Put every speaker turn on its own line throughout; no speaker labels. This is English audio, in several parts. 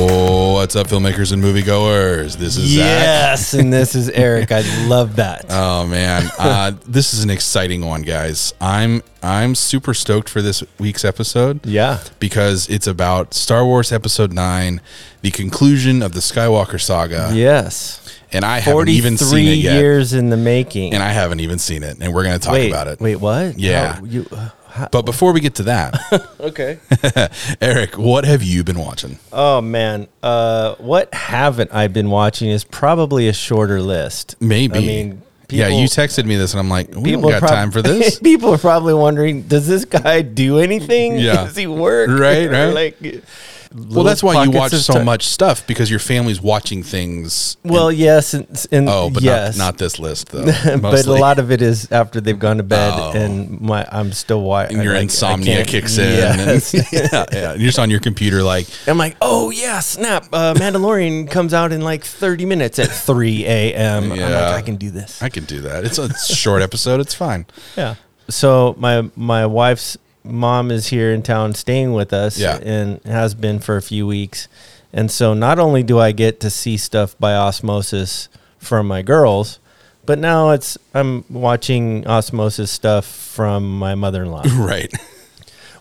What's up, filmmakers and moviegoers? This is Zach.
Yes, and this is Eric. I love that.
Oh man, uh, this is an exciting one, guys. I'm I'm super stoked for this week's episode.
yeah.
because it's about Star Wars Episode Nine, the conclusion of the Skywalker saga,
Yes.
and I haven't even
Forty-three
seen it yet.
years in the making.
And I haven't even seen it, and we're gonna talk
wait
about it.
Wait, what?
Yeah.
How- you, uh, how-
But before we get to that,
okay.
Eric, what have you been watching?
Oh man, uh, what haven't I been watching is probably a shorter list.
Maybe.
I mean,
yeah,
people-
you texted me this, and I'm like, we don't got
prob-
time for this.
people are probably wondering, does this guy do anything?
Yeah.
Does he work?
Right,
Or,
right.
like,
well, that's why you
pockets
watch
of
so
time.
much stuff because your family's watching things.
well, yes, and, and
Oh, but
yes,
not, not this list though.
but a
mostly.
lot of it is after they've gone to bed,
Oh.
and my I'm still wired.
And your insomnia kicks in.
Yes.
And, yeah, yeah. You're just on your computer, like,
I'm like, oh yeah, snap! Uh, Mandalorian comes out in like 30 minutes at 3 a.m. I'm
Yeah.
like, I can do this.
I can do that. It's a short episode. It's fine.
Yeah. So my my wife's mom is here in town staying with us
Yeah.
and has been for a few weeks. And so not only do I get to see stuff by osmosis from my girls, but now it's I'm watching osmosis stuff from my mother-in-law,
Right.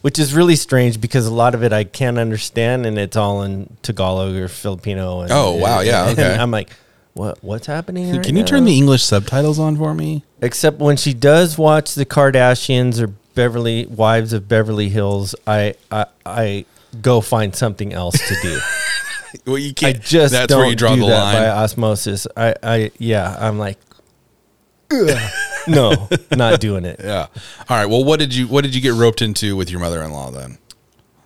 which is really strange because a lot of it I can't understand and it's all in Tagalog or Filipino and
Oh, wow. Yeah,
and
okay.
I'm like what what's happening? right
Can you turn
now?
the English subtitles on for me?
except when she does watch the Kardashians or Beverly Wives of Beverly Hills, I I, I go find something else to do.
Well, you
I
can't.
just
that's
don't
where you draw
do
the
that
line.
by osmosis. I I yeah, I'm like, "Ugh, no, not doing it.
yeah. All right. Well, what did you what did you get roped into with your mother in law then?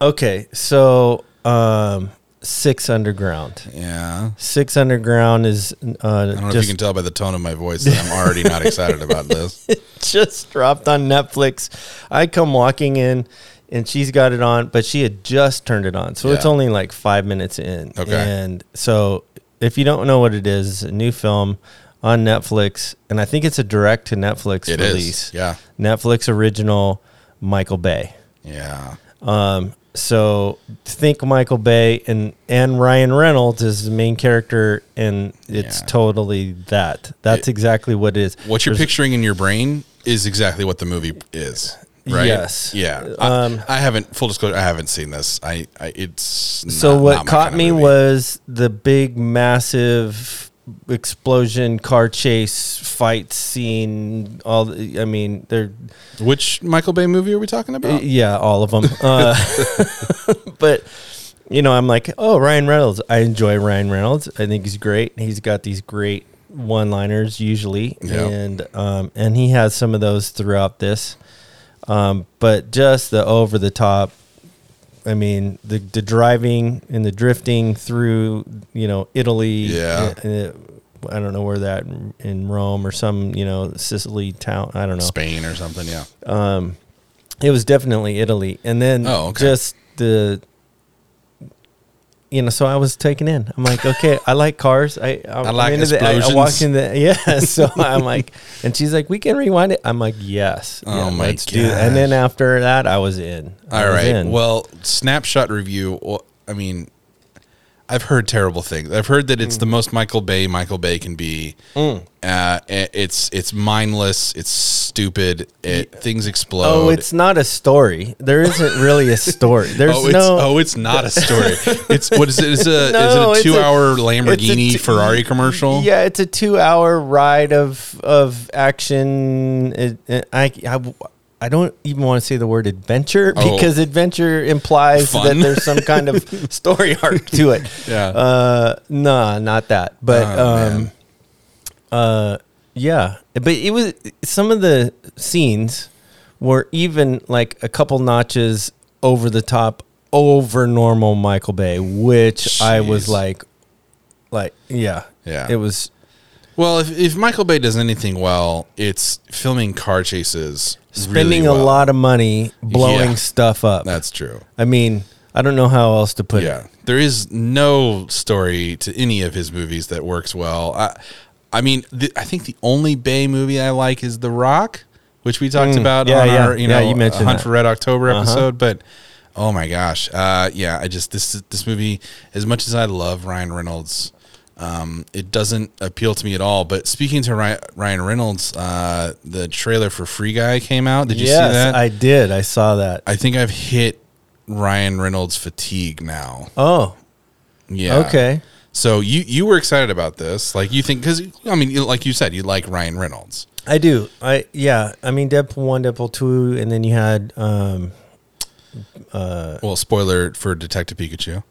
Okay, so um, six underground.
Yeah.
Six underground is
I
uh,
don't know if you
just
can tell by the tone of my voice that I'm already not excited about this.
just dropped on Netflix. I come walking in and she's got it on, but she had just turned it on. So it's
Yeah.
only like five minutes in.
Okay.
And so if you don't know what it is, it's a new film on Netflix. And I think it's a direct to Netflix
It is,
release.
yeah.
Netflix original Michael Bay.
Yeah.
Um, so think Michael Bay and and Ryan Reynolds is the main character, and it's
Yeah.
totally that. That's exactly what it is.
What you're
There's-
picturing in your brain is exactly what the movie is. Right.
Yes.
Yeah.
Um,
I, I haven't. Full disclosure. I haven't seen this. I. I it's.
So
not-
what
not my
caught
kinda
me
movie.
was the big, massive explosion, car chase, fight scene. All the, I mean, they're
which Michael Bay movie are we talking about?
yeah, all of them. Uh, but you know, I'm like, oh, Ryan Reynolds. I enjoy Ryan Reynolds. I think he's great. He's got these great one-liners usually,
Yeah.
and um, and he has some of those throughout this. Um, but just the over-the-top. I mean, the the driving and the drifting through, you know, Italy.
Yeah.
uh, I don't know where that in Rome or some, you know, Sicily town. I don't know
Spain or something. Yeah.
it was definitely Italy, and then
Oh, okay.
just the you know. So I was taken in. I'm like, okay, I like cars. I I'm,
I like
I'm into the- I- I walked
explosions.
in the yeah. So I'm like, and she's like, we can rewind it. I'm like, yes.
Oh
yeah,
my
And then after that, I was in. I
All
was
right.
in.
Well, snapshot review. well, I mean, I've heard terrible things. I've heard that it's
Mm.
the most Michael Bay Michael Bay can be. Uh, it- it's it's mindless. It's stupid. It things explode.
oh, it's not a story. There isn't really a story. There's
Oh, it's,
no.
oh, it's not a story. It's what is it? Is a
No,
is
it's
it a
a-
two hour
it's a
Lamborghini
two-
Ferrari commercial?
Yeah, it's a two-hour ride of of action. It, it- I, I I don't even want to say the word adventure
Oh.
because adventure implies that
Fun.
there's some kind of story arc to it.
Yeah.
Uh, nah, not that. But
Oh,
um, uh,
man.
yeah, but it was some of the scenes were even like a couple notches over the top, over normal Michael Bay, which I was
Jeez.
like, like yeah,
Yeah.
it was
Well, if, if Michael Bay does anything well, it's filming car chases. really
spending
well.
a lot of money blowing
Yeah.
stuff up.
That's true.
I mean, I don't know how else to put
Yeah,
it.
there is no story to any of his movies that works well. I, I mean, the, I think the only Bay movie I like is The Rock, which we talked about
yeah,
on
Mm. yeah,
our you
yeah,
know
you mentioned
Hunt
that. Uh-huh.
for Red October episode. But Oh my gosh. Uh, yeah, I just this this movie as much as I love Ryan Reynolds, um, it doesn't appeal to me at all. But speaking to Ry- Ryan Reynolds, uh, the trailer for Free Guy came out. Did you see that?
I did. I saw that.
I think I've hit Ryan Reynolds fatigue now.
Oh,
Yeah.
okay.
So you you were excited about this, like you think because I mean, you- like you said, you like Ryan Reynolds.
I do. I yeah. I mean, Deadpool one, Deadpool two, and then you had um, Uh,
Well, spoiler for Detective Pikachu.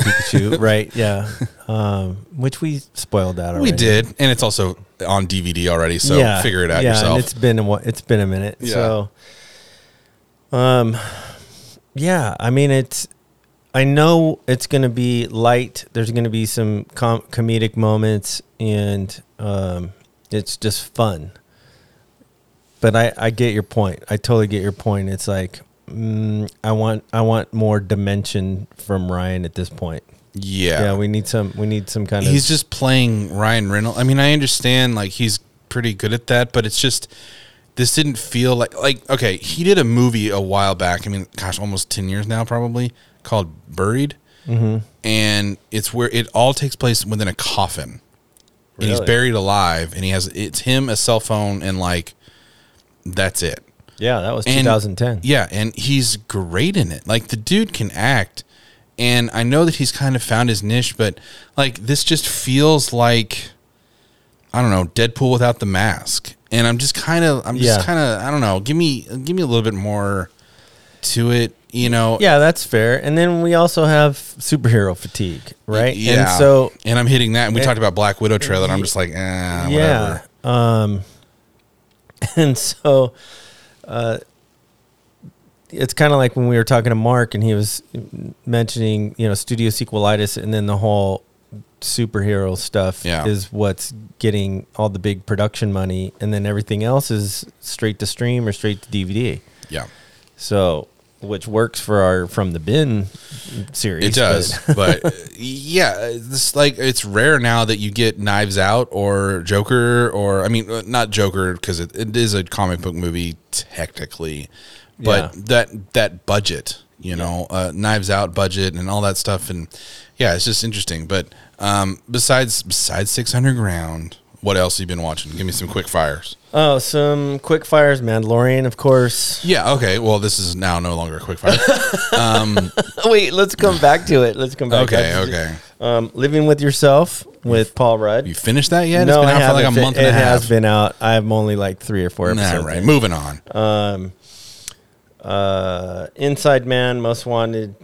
Pikachu, right? Yeah. Um, which we spoiled that already.
We did, and it's also on DVD already. So figure it out
yeah,
yourself.
And it's been a, whi- it's been a minute.
Yeah.
So, um, yeah. I mean, it's. I know it's going to be light. There's going to be some com- comedic moments, and um, it's just fun. But I, I get your point. I totally get your point. It's like mm, I want I want more dimension from Ryan at this point.
yeah.
Yeah, we need some we need some kind
he's
of
just playing Ryan Reynolds. I mean, I understand like he's pretty good at that, but it's just this didn't feel like like okay. He did a movie a while back. I mean, gosh, almost ten years now, probably called Buried, mm-hmm. and it's where it all takes place within a coffin. And he's
Really?
buried alive, and he has it's him, a cell phone, and like that's it.
yeah. That was
And-
2010.
Yeah, and he's great in it. Like the dude can act, and I know that he's kind of found his niche, but like this just feels like I don't know Deadpool without the mask. And I'm just kind of, I'm
Yeah.
just kind of, I don't know. Give me, give me a little bit more to it, you know.
Yeah, that's fair. And then we also have superhero fatigue, right?
Yeah.
And so eh
and I'm hitting that. And we talked about Black Widow trailer, and I'm just like, eh,
yeah.
whatever.
Um and so uh it's kind of like when we were talking to Mark and he was mentioning, you know, studio sequelitis and then the whole superhero stuff
Yeah.
is what's getting all the big production money and then everything else is straight to stream or straight to DVD.
Yeah,
So, which works for our from the bin series.
it does.
but-
but uh, yeah, this like it's rare now that you get Knives Out or Joker or I mean uh, not Joker because it, it is a comic book movie technically, but
Yeah.
that that budget, you know, uh, Knives Out budget and all that stuff, and yeah, it's just interesting. But um, besides besides Six Underground, what else have you been watching? Give me some quick fires.
Oh, some quick fires, Mandalorian, of course.
Yeah. Okay. Well, this is now no longer a quick fire. Um,
Wait, let's come back to it. Let's come back.
okay.
I-
Okay.
Um, Living with Yourself with Paul Rudd.
You finished that yet?
no,
it's been
I
out for like a
haven't.
month
it
and a
it
half.
has been out. I'm only like three Um, or four episodes.
All right,
in.
moving on.
Uh, Inside Man, Most Wanted.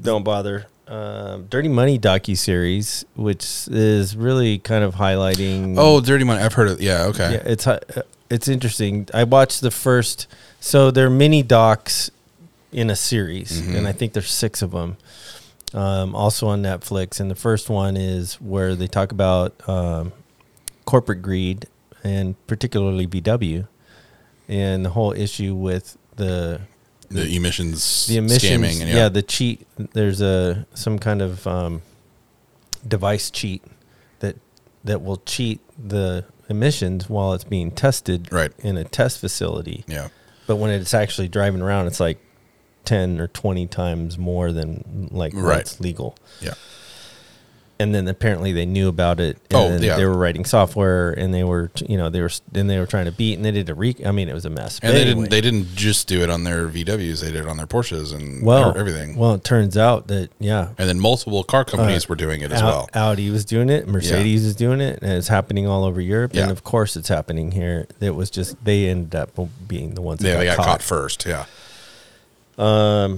Don't bother. Um, Dirty Money docu series, which is really kind of highlighting.
oh, Dirty Money. I've heard of. Yeah, okay.
yeah, it's hi- uh, it's interesting. I watched the first, so there are mini docs in a series, and I think there's six of them, um, also on Netflix. And the first one is where they talk about um, corporate greed and particularly BW and the whole issue with the
The emissions,
the emissions.
scamming. And,
yeah.
yeah,
the cheat. There's a some kind of um, device cheat that that will cheat the emissions while it's being tested
Right.
in a test facility.
yeah,
But when it's actually driving around, it's like ten or twenty times more than like
Right.
what's legal.
yeah.
And then apparently they knew about it. And
Oh,
then
yeah.
they were writing software, and they were, you know, they were, then they were trying to beat, and they did a re. I mean, it was a mess. But
And they
anyway.
didn't. They didn't just do it on their VWs. They did it on their Porsches and
well,
everything.
Well, uh, it turns out that yeah,
and then multiple car companies were doing it as
Au-
well.
Audi was doing it, Mercedes is doing it, and it's happening all over Europe.
Yeah.
And of course, it's happening here. It was just they ended up being the ones that
yeah,
got,
they got caught.
caught.
first. Yeah.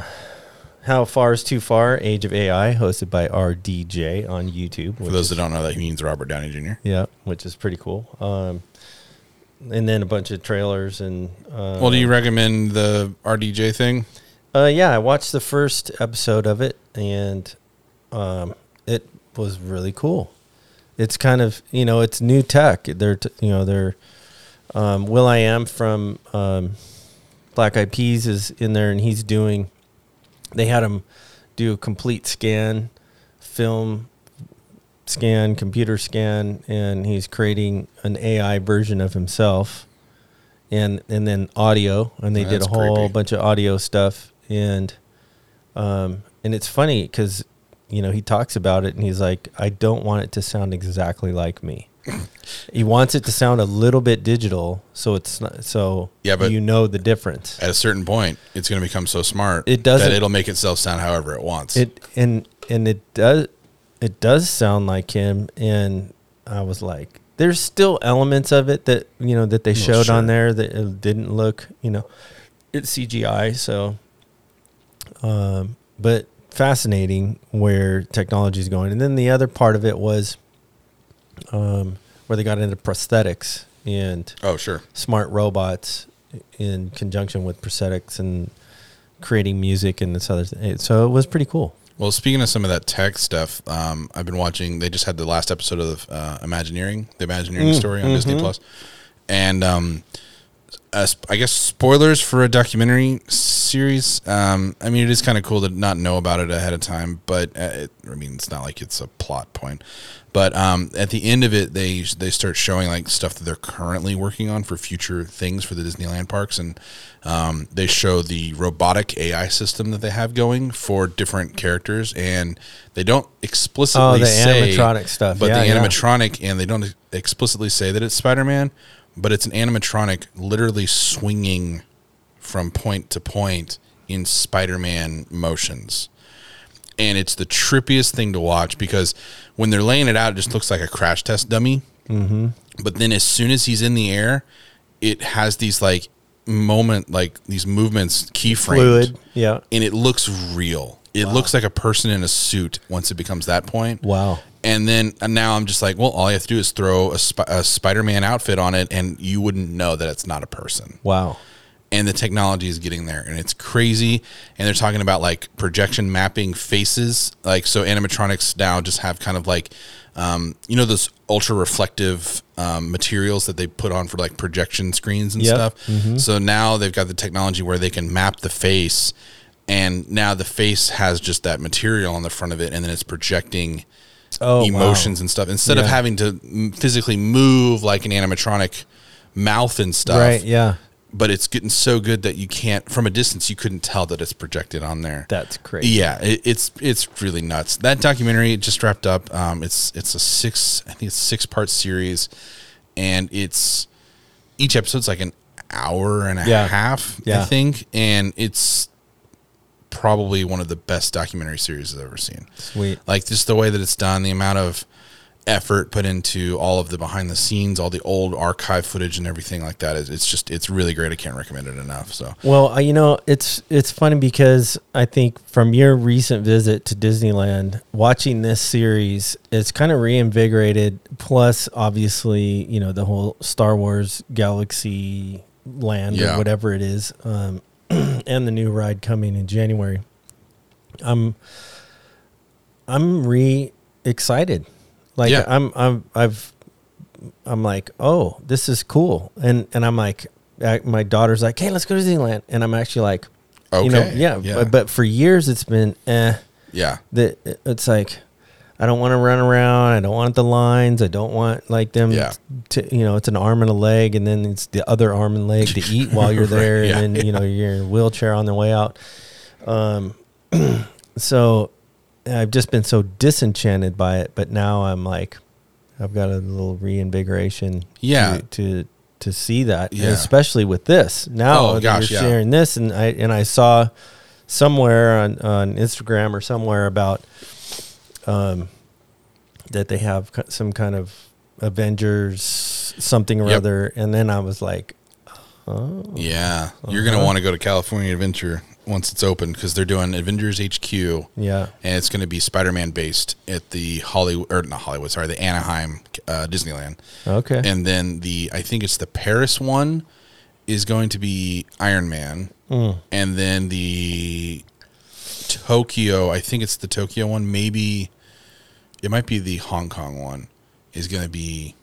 How far is too far? Age of AI, hosted by RDJ on YouTube.
For
Which
those
is,
that don't know, that means Robert Downey Jr.
yeah, which is pretty cool. Um, and then a bunch of trailers and uh,
Well, do you recommend the RDJ thing?
Uh, yeah, I watched the first episode of it, and um, it was really cool. It's kind of you know it's new tech. They're t- you know they're um, Will I Am from um, Black Eyed Peas is in there, and he's doing. They had him do a complete scan, film scan, computer scan, and he's creating an AI version of himself, and and then audio, and they did
That's
a whole
creepy.
bunch of audio stuff, and Um, and it's funny because you know he talks about it and he's like, I don't want it to sound exactly like me. he wants it to sound a little bit digital, so it's not, so
Yeah, but-
you know the difference.
At a certain point, it's going to become so smart
It doesn't-
that it'll make itself sound however it wants.
It and and it does it does sound like him and I was like there's still elements of it that you know that they showed
sure.
on there that it didn't look, you know, it's CGI, so um but fascinating where technology is going. And then the other part of it was um where they got into prosthetics and
oh, sure.
smart robots in conjunction with prosthetics and creating music and this other thing. So it was pretty cool.
Well, speaking of some of that tech stuff, um, I've been watching. They just had the last episode of uh, Imagineering, the Imagineering story on Disney Plus, and um, uh, sp- I guess spoilers for a documentary series. Um, I mean, it is kind of cool to not know about it ahead of time, but uh, it, I mean, it's not like it's a plot point. But um, at the end of it, they they start showing like stuff that they're currently working on for future things for the Disneyland parks, and um, they show the robotic AI system that they have going for different characters, and they don't explicitly
Oh, the
say
animatronic stuff.
but
Yeah,
the
yeah.
animatronic animatronic and they don't explicitly say that it's Spider-Man, but it's an animatronic literally swinging from point to point in Spider-Man motions. And it's the trippiest thing to watch because when they're laying it out, it just looks like a crash test dummy. But then as soon as he's in the air, it has these like moment, like these movements keyframed
Fluid. Yeah.
and it looks real. It looks like a person in a suit once it becomes that point.
Wow.
And then and now I'm just like, well, all you have to do is throw a, sp- a Spider-Man outfit on it, and you wouldn't know that it's not a person.
Wow.
And the technology is getting there, and it's crazy. And they're talking about like projection mapping faces, like so animatronics now just have kind of like, um, you know, those ultra reflective um, materials that they put on for like projection screens and
Yep. Mm-hmm.
stuff. So now they've got the technology where they can map the face, and now the face has just that material on the front of it, and then it's projecting
Oh, wow.
emotions and stuff instead of
Yeah.
having to m- physically move like an animatronic mouth and stuff.
Right. Yeah.
But it's getting so good that you can't from a distance you couldn't tell that it's projected on there.
That's crazy.
yeah, it, it's it's really nuts. That documentary just wrapped up. Um, it's it's a six I think it's six part series, and it's each episode's like an hour and a
Yeah.
half I
Yeah.
think, and it's probably one of the best documentary series I've ever seen
Sweet.
like just the way that it's done the amount of effort put into all of the behind the scenes all the old archive footage and everything like that is it's just it's really great i can't recommend it enough so
Well, uh, you know, it's it's funny because I think from your recent visit to Disneyland, watching this series, it's kind of reinvigorated. Plus, obviously, you know, the whole Star Wars Galaxy Land
Yeah.
or whatever it is, um, and the new ride coming in January. I'm I'm re excited. Like
Yeah.
I'm I'm I've I'm like, oh, this is cool, and and I'm like, I, my daughter's like, hey, let's go to Disneyland, and I'm actually like, you know,
Okay,
yeah,
yeah.
But, but for years it's been, eh,
yeah
that uh, it's like, I don't want to run around, I don't want the lines, I don't want like them,
Yeah.
to, you know, it's an arm and a leg, and then it's the other arm and leg to eat while you're there,
yeah,
and then you know you're in a wheelchair on the way out, um, so I've just been so disenchanted by it, but now I'm like, I've got a little reinvigoration.
Yeah.
To, to to see that, and
Yeah.
especially with this now.
Oh,
that
gosh,
you're
yeah.
sharing this, and I and I saw somewhere on on Instagram or somewhere about um that they have ki- some kind of Avengers something or
Yep.
other, and then I was like,
yeah you're
Uh-huh.
gonna want to go to california adventure once it's open because they're doing avengers hq
yeah,
and it's going to be Spider-Man based at the Hollywood or not Hollywood, sorry, the Anaheim uh, Disneyland,
okay,
and then the I think it's the Paris one is going to be Iron Man,
Mm.
and then the Tokyo. I think it's the Tokyo one. Maybe it might be the Hong Kong one. Is going to be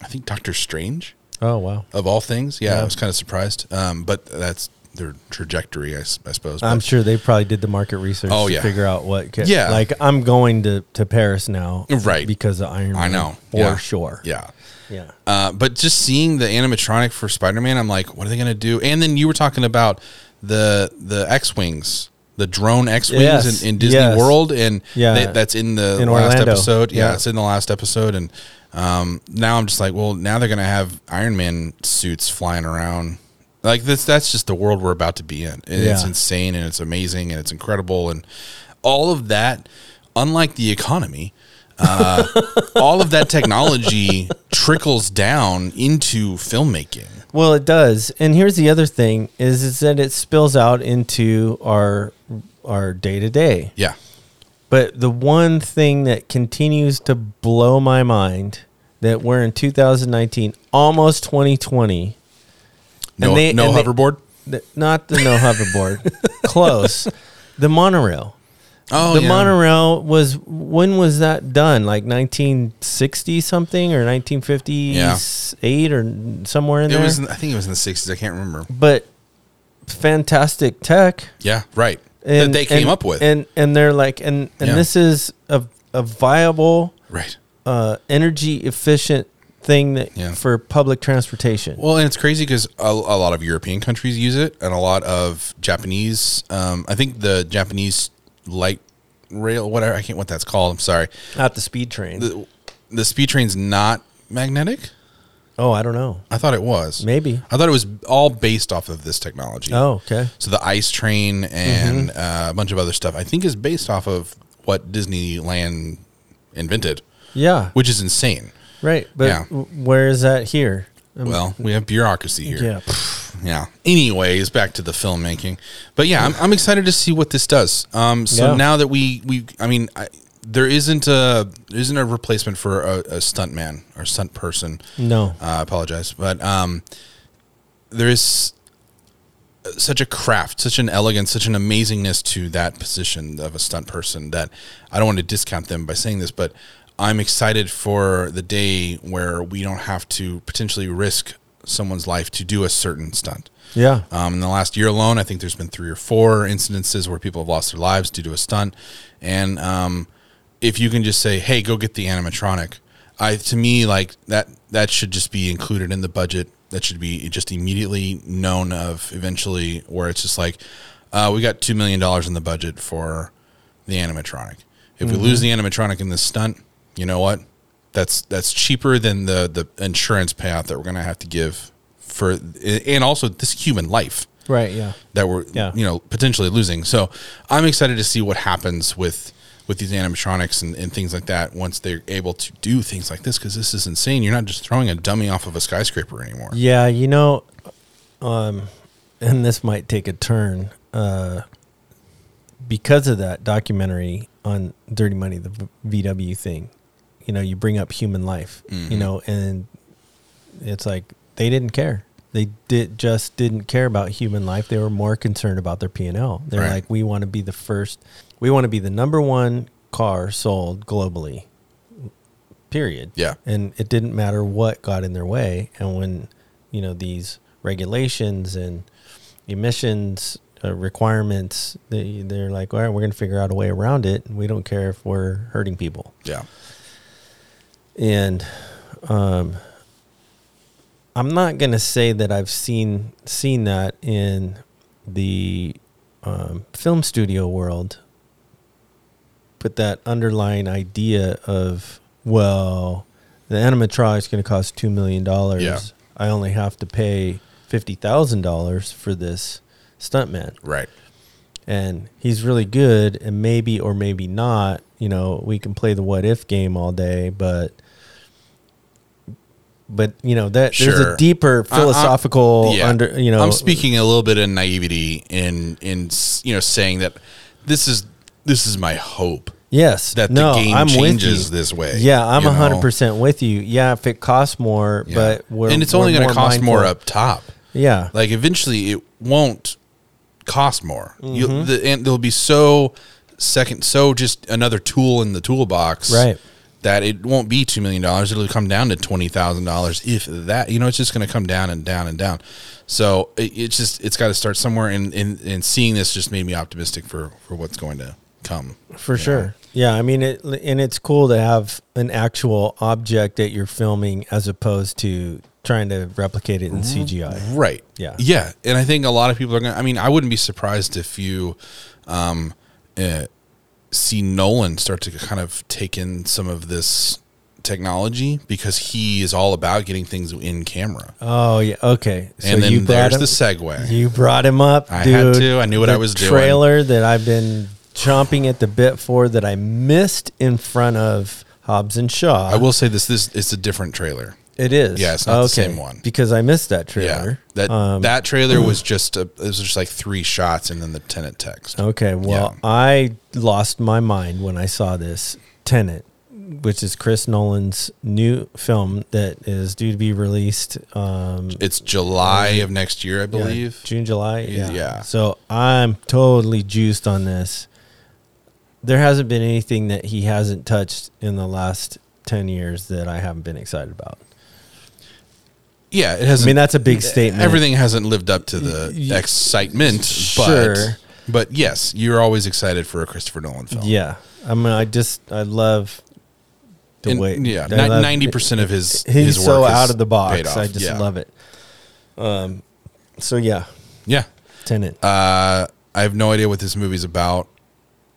I think Doctor Strange
oh wow,
of all things. Yeah, I
Yeah.
was kind of surprised, um, but that's their trajectory, I, s- I suppose.
I'm
But-
sure they probably did the market research
Oh,
to
yeah.
figure out what. Ca-
Yeah.
Like, I'm going to, to Paris now.
Right.
Because of Iron Man.
I know
For
yeah.
sure.
Yeah.
Yeah.
Uh, but just seeing the animatronic for Spider Man, I'm like, what are they gonna do? And then you were talking about the the X wings the drone X wings
Yes,
in, in Disney
yes.
World, and
Yeah.
they- that's in the
In
last
Orlando.
episode. Yeah,
Yeah.
it's in the last episode, and um, now I'm just like, well, now they're gonna have Iron Man suits flying around. Like this, that's just the world we're about to be in. And It's
Yeah.
insane, and it's amazing, and it's incredible, and all of that. Unlike the economy, uh, all of that technology trickles down into filmmaking.
Well, it does. And here's the other thing is, is that it spills out into our our day to day.
Yeah,
But the one thing that continues to blow my mind that we're in 2019, almost 2020,
no,
And they-
no
and they-
hoverboard.
th- not the no hoverboard, close, the monorail.
oh,
the
yeah.
monorail was when was that done? Like 1960 something or 1958 or somewhere in
It
there.
was. in- I think it was in the sixties. I can't remember.
but fantastic tech.
Yeah, right. that they came up with.
and and they're like, and and
Yeah.
this is a a viable,
right.
uh, energy efficient thing that
Yeah.
for public transportation.
Well, and it's crazy because a, a lot of European countries use it, and a lot of Japanese. Um, I think the Japanese light rail, whatever. I can't what that's called. I'm sorry.
Not the speed train.
The, the speed train's not magnetic.
oh, I don't know.
I thought it was.
Maybe.
I thought it was all based off of this technology.
Oh, Mm-hmm. okay.
So the ice train and uh, a bunch of other stuff, I think, is based off of what Disneyland invented,
Yeah.
which is insane.
right. But
yeah.
w- where is that here? Um,
Well, we have bureaucracy here.
yeah.
yeah. Anyways, back to the filmmaking. But yeah, I'm, I'm excited to see what this does. Um, so
Yeah.
now that we we, I mean, I, there isn't a there isn't a replacement for a, a stunt man or stunt person.
No.
Uh, I apologize, but um, there is such a craft, such an elegance, such an amazingness to that position of a stunt person that I don't want to discount them by saying this, but I'm excited for the day where we don't have to potentially risk someone's life to do a certain stunt.
Yeah.
Um, in the last year alone, I think there's been three or four incidences where people have lost their lives due to a stunt. And um, if you can just say, "Hey, go get the animatronic," I to me like that that should just be included in the budget. That should be just immediately known of eventually, where it's just like, uh, we got two million dollars in the budget for the animatronic. If
Mm-hmm.
we lose the animatronic in this stunt, you know what? That's that's cheaper than the the insurance payout that we're gonna have to give for, and also this human life
right. Yeah.
that we're
Yeah.
you know potentially losing. So I'm excited to see what happens with with these animatronics and, and things like that once they're able to do things like this because this is insane. You're not just throwing a dummy off of a skyscraper anymore.
Yeah. You know, um, and this might take a turn uh, because of that documentary on Dirty Money, the V- VW thing. You know, you bring up human life.
Mm-hmm.
You know, and it's like they didn't care. They did just didn't care about human life. They were more concerned about their P and L. They're
Right.
like, we want to be the first. We want to be the number one car sold globally. Period.
Yeah.
And it didn't matter what got in their way. And when you know these regulations and emissions uh, requirements, they, they're like, all right, we're going to figure out a way around it, and we don't care if we're hurting people
Yeah.
and um, I'm not gonna say that I've seen seen that in the um, film studio world, but that underlying idea of well, the animatronic is gonna cost two million dollars.
Yeah.
I only have to pay fifty thousand dollars for this stuntman
Right.
and he's really good and maybe or maybe not you know we can play the what if game all day but but you know that there's
Sure.
a deeper
I- I-
philosophical
yeah.
under you know
I'm speaking a little bit in naivety in in s- you know saying that this is this is my hope
yes
that
no,
the game
I'm
changes
with you.
this way.
yeah i'm
you know?
100% with you yeah if it costs more
Yeah.
but we're
and it's only
we're
going to
more
cost more
mindful.
up top.
yeah
Like eventually, it won't cost more.
Mm-hmm.
You'll, the, and they'll be so second, so just another tool in the toolbox,
Right.
That it won't be two million dollars. It'll come down to twenty thousand dollars, if that. You know, it's just going to come down and down and down. So it, it's just it's got to start somewhere. And, and and seeing this just made me optimistic for for what's going to come.
for sure yeah i mean it and it's cool to have an actual object that you're filming as opposed to trying to replicate it
Mm-hmm.
in cgi
Right.
Yeah.
Yeah. And I think a lot of people are going to, I mean, I wouldn't be surprised if you um, uh, see Nolan start to kind of take in some of this technology because he is all about getting things in camera.
Oh yeah. Okay. So
and then
you brought
there's
him,
the segue.
you brought him up.
I
dude.
had to. I knew what
The
I was doing.
Trailer that I've been chomping at the bit for that I missed in front of Hobbs and Shaw.
I will say this: this it's a different trailer.
It is.
Yeah, it's not the same one.
because I missed that trailer. Um,
Yeah, that that trailer was just a, it was just like three shots and then the tenant text.
Okay, well,
Yeah.
I lost my mind when I saw this Tenet, which is Chris Nolan's new film that is due to be released. Um,
It's July of next year, I
yeah,
believe.
June, July. Yeah.
yeah.
So I'm totally juiced on this. There hasn't been anything that he hasn't touched in the last ten years that I haven't been excited about.
Yeah, it
I
hasn't. e-,
mean, that's a big statement.
Everything hasn't lived up to the
Y- y-
excitement,
Sure.
but but yes, you're always excited for a Christopher Nolan film.
Yeah. I mean, I just I love the
And,
way.
yeah,
I love-
ninety percent of his
he's
his work
so
is
out of the
paid
box.
off.
I just
Yeah.
love it. Um, so yeah,
Yeah,
Tenant.
uh, I have no idea what this movie's about.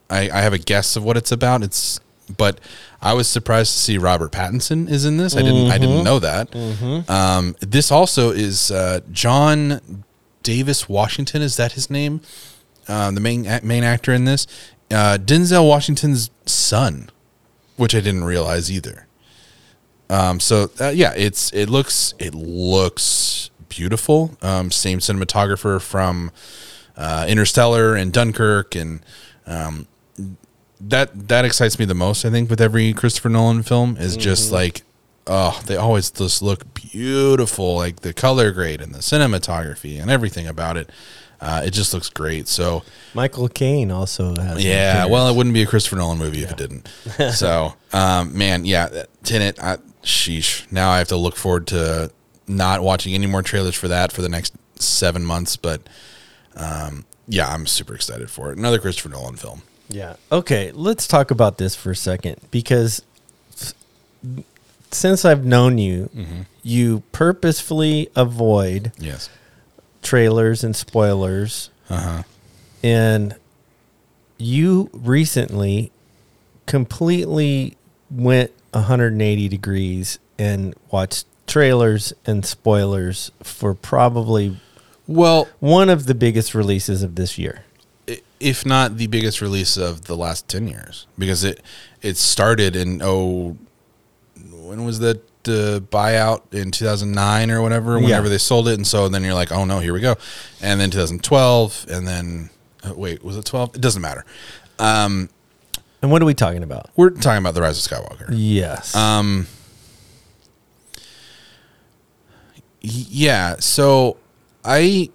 I, I have a guess of what it's about. It's but I was surprised to see Robert Pattinson is in this. I didn't I didn't know that. Um, this also is uh, John Davis Washington. Is that his name? Um, the main ac- main actor in this, uh, Denzel Washington's son, which I didn't realize either. Um, so uh, yeah, it's it looks it looks beautiful. Um, same cinematographer from uh, Interstellar and Dunkirk, and um, that that excites me the most. I think with every Christopher Nolan film is just like, oh, they always just look beautiful, like the color grade and the cinematography and everything about it. Uh, it just looks great. So
Michael Caine also has. an
yeah,
appearance.
well, it wouldn't be a Christopher Nolan movie if it didn't. so, um, man, yeah, that- Tenet. I, sheesh. Now I have to look forward to not watching any more trailers for that for the next seven months. But um, yeah, I'm super excited for it. Another Christopher Nolan film.
yeah. Okay, let's talk about this for a second because f- since I've known you, you purposefully avoid
Yes.
trailers and spoilers.
Uh huh.
and you recently completely went 180 degrees and watched trailers and spoilers for probably
Well,
one of the biggest releases of this year.
i- if not the biggest release of the last ten years, because it it started in oh, when was the the buyout in 2009 or whatever whenever they sold it and so then you're like oh no here we go and then 2012 and then uh, wait was it 12 it doesn't matter um
And what are we talking about?
we're talking about the rise of skywalker
Yes.
um, y- yeah. So I,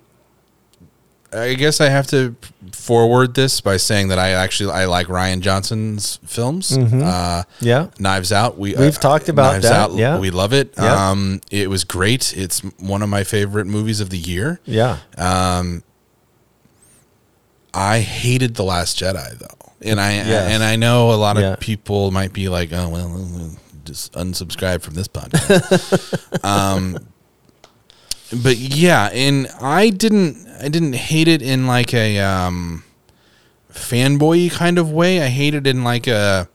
I guess I have to forward this by saying that I actually I like Ryan Johnson's films. Uh,
yeah.
Knives Out. We uh,
We've talked about
Knives
that,
Out.
yeah.
we love it.
Yeah.
Um, it was great. It's m- one of my favorite movies of the year.
Yeah.
I hated the Last Jedi though, and I
Yes.
and I know a lot of
Yeah.
people might be like, oh well, just unsubscribe from this podcast. um, but yeah, and I didn't I didn't hate it in like a um, fanboy kind of way. I hated it in like a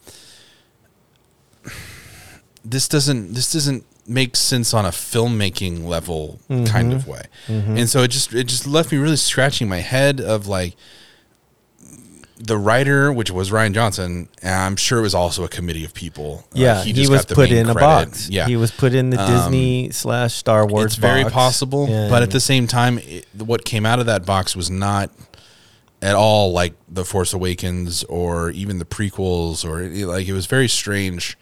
this doesn't this doesn't make sense on a filmmaking level kind
Mm-hmm.
of way. And so it just it just left me really scratching my head of like the writer, which was Ryan Johnson, and I'm sure it was also a committee of people. Uh,
yeah, he,
just
was
got the
put
main
in a
credit.
box.
Yeah, Um,
he was put in the Disney slash Star Wars.
it's very
box.
possible,
And-
but at the same time, it, what came out of that box was not at all like the Force Awakens or even the prequels, or it- like it was very strange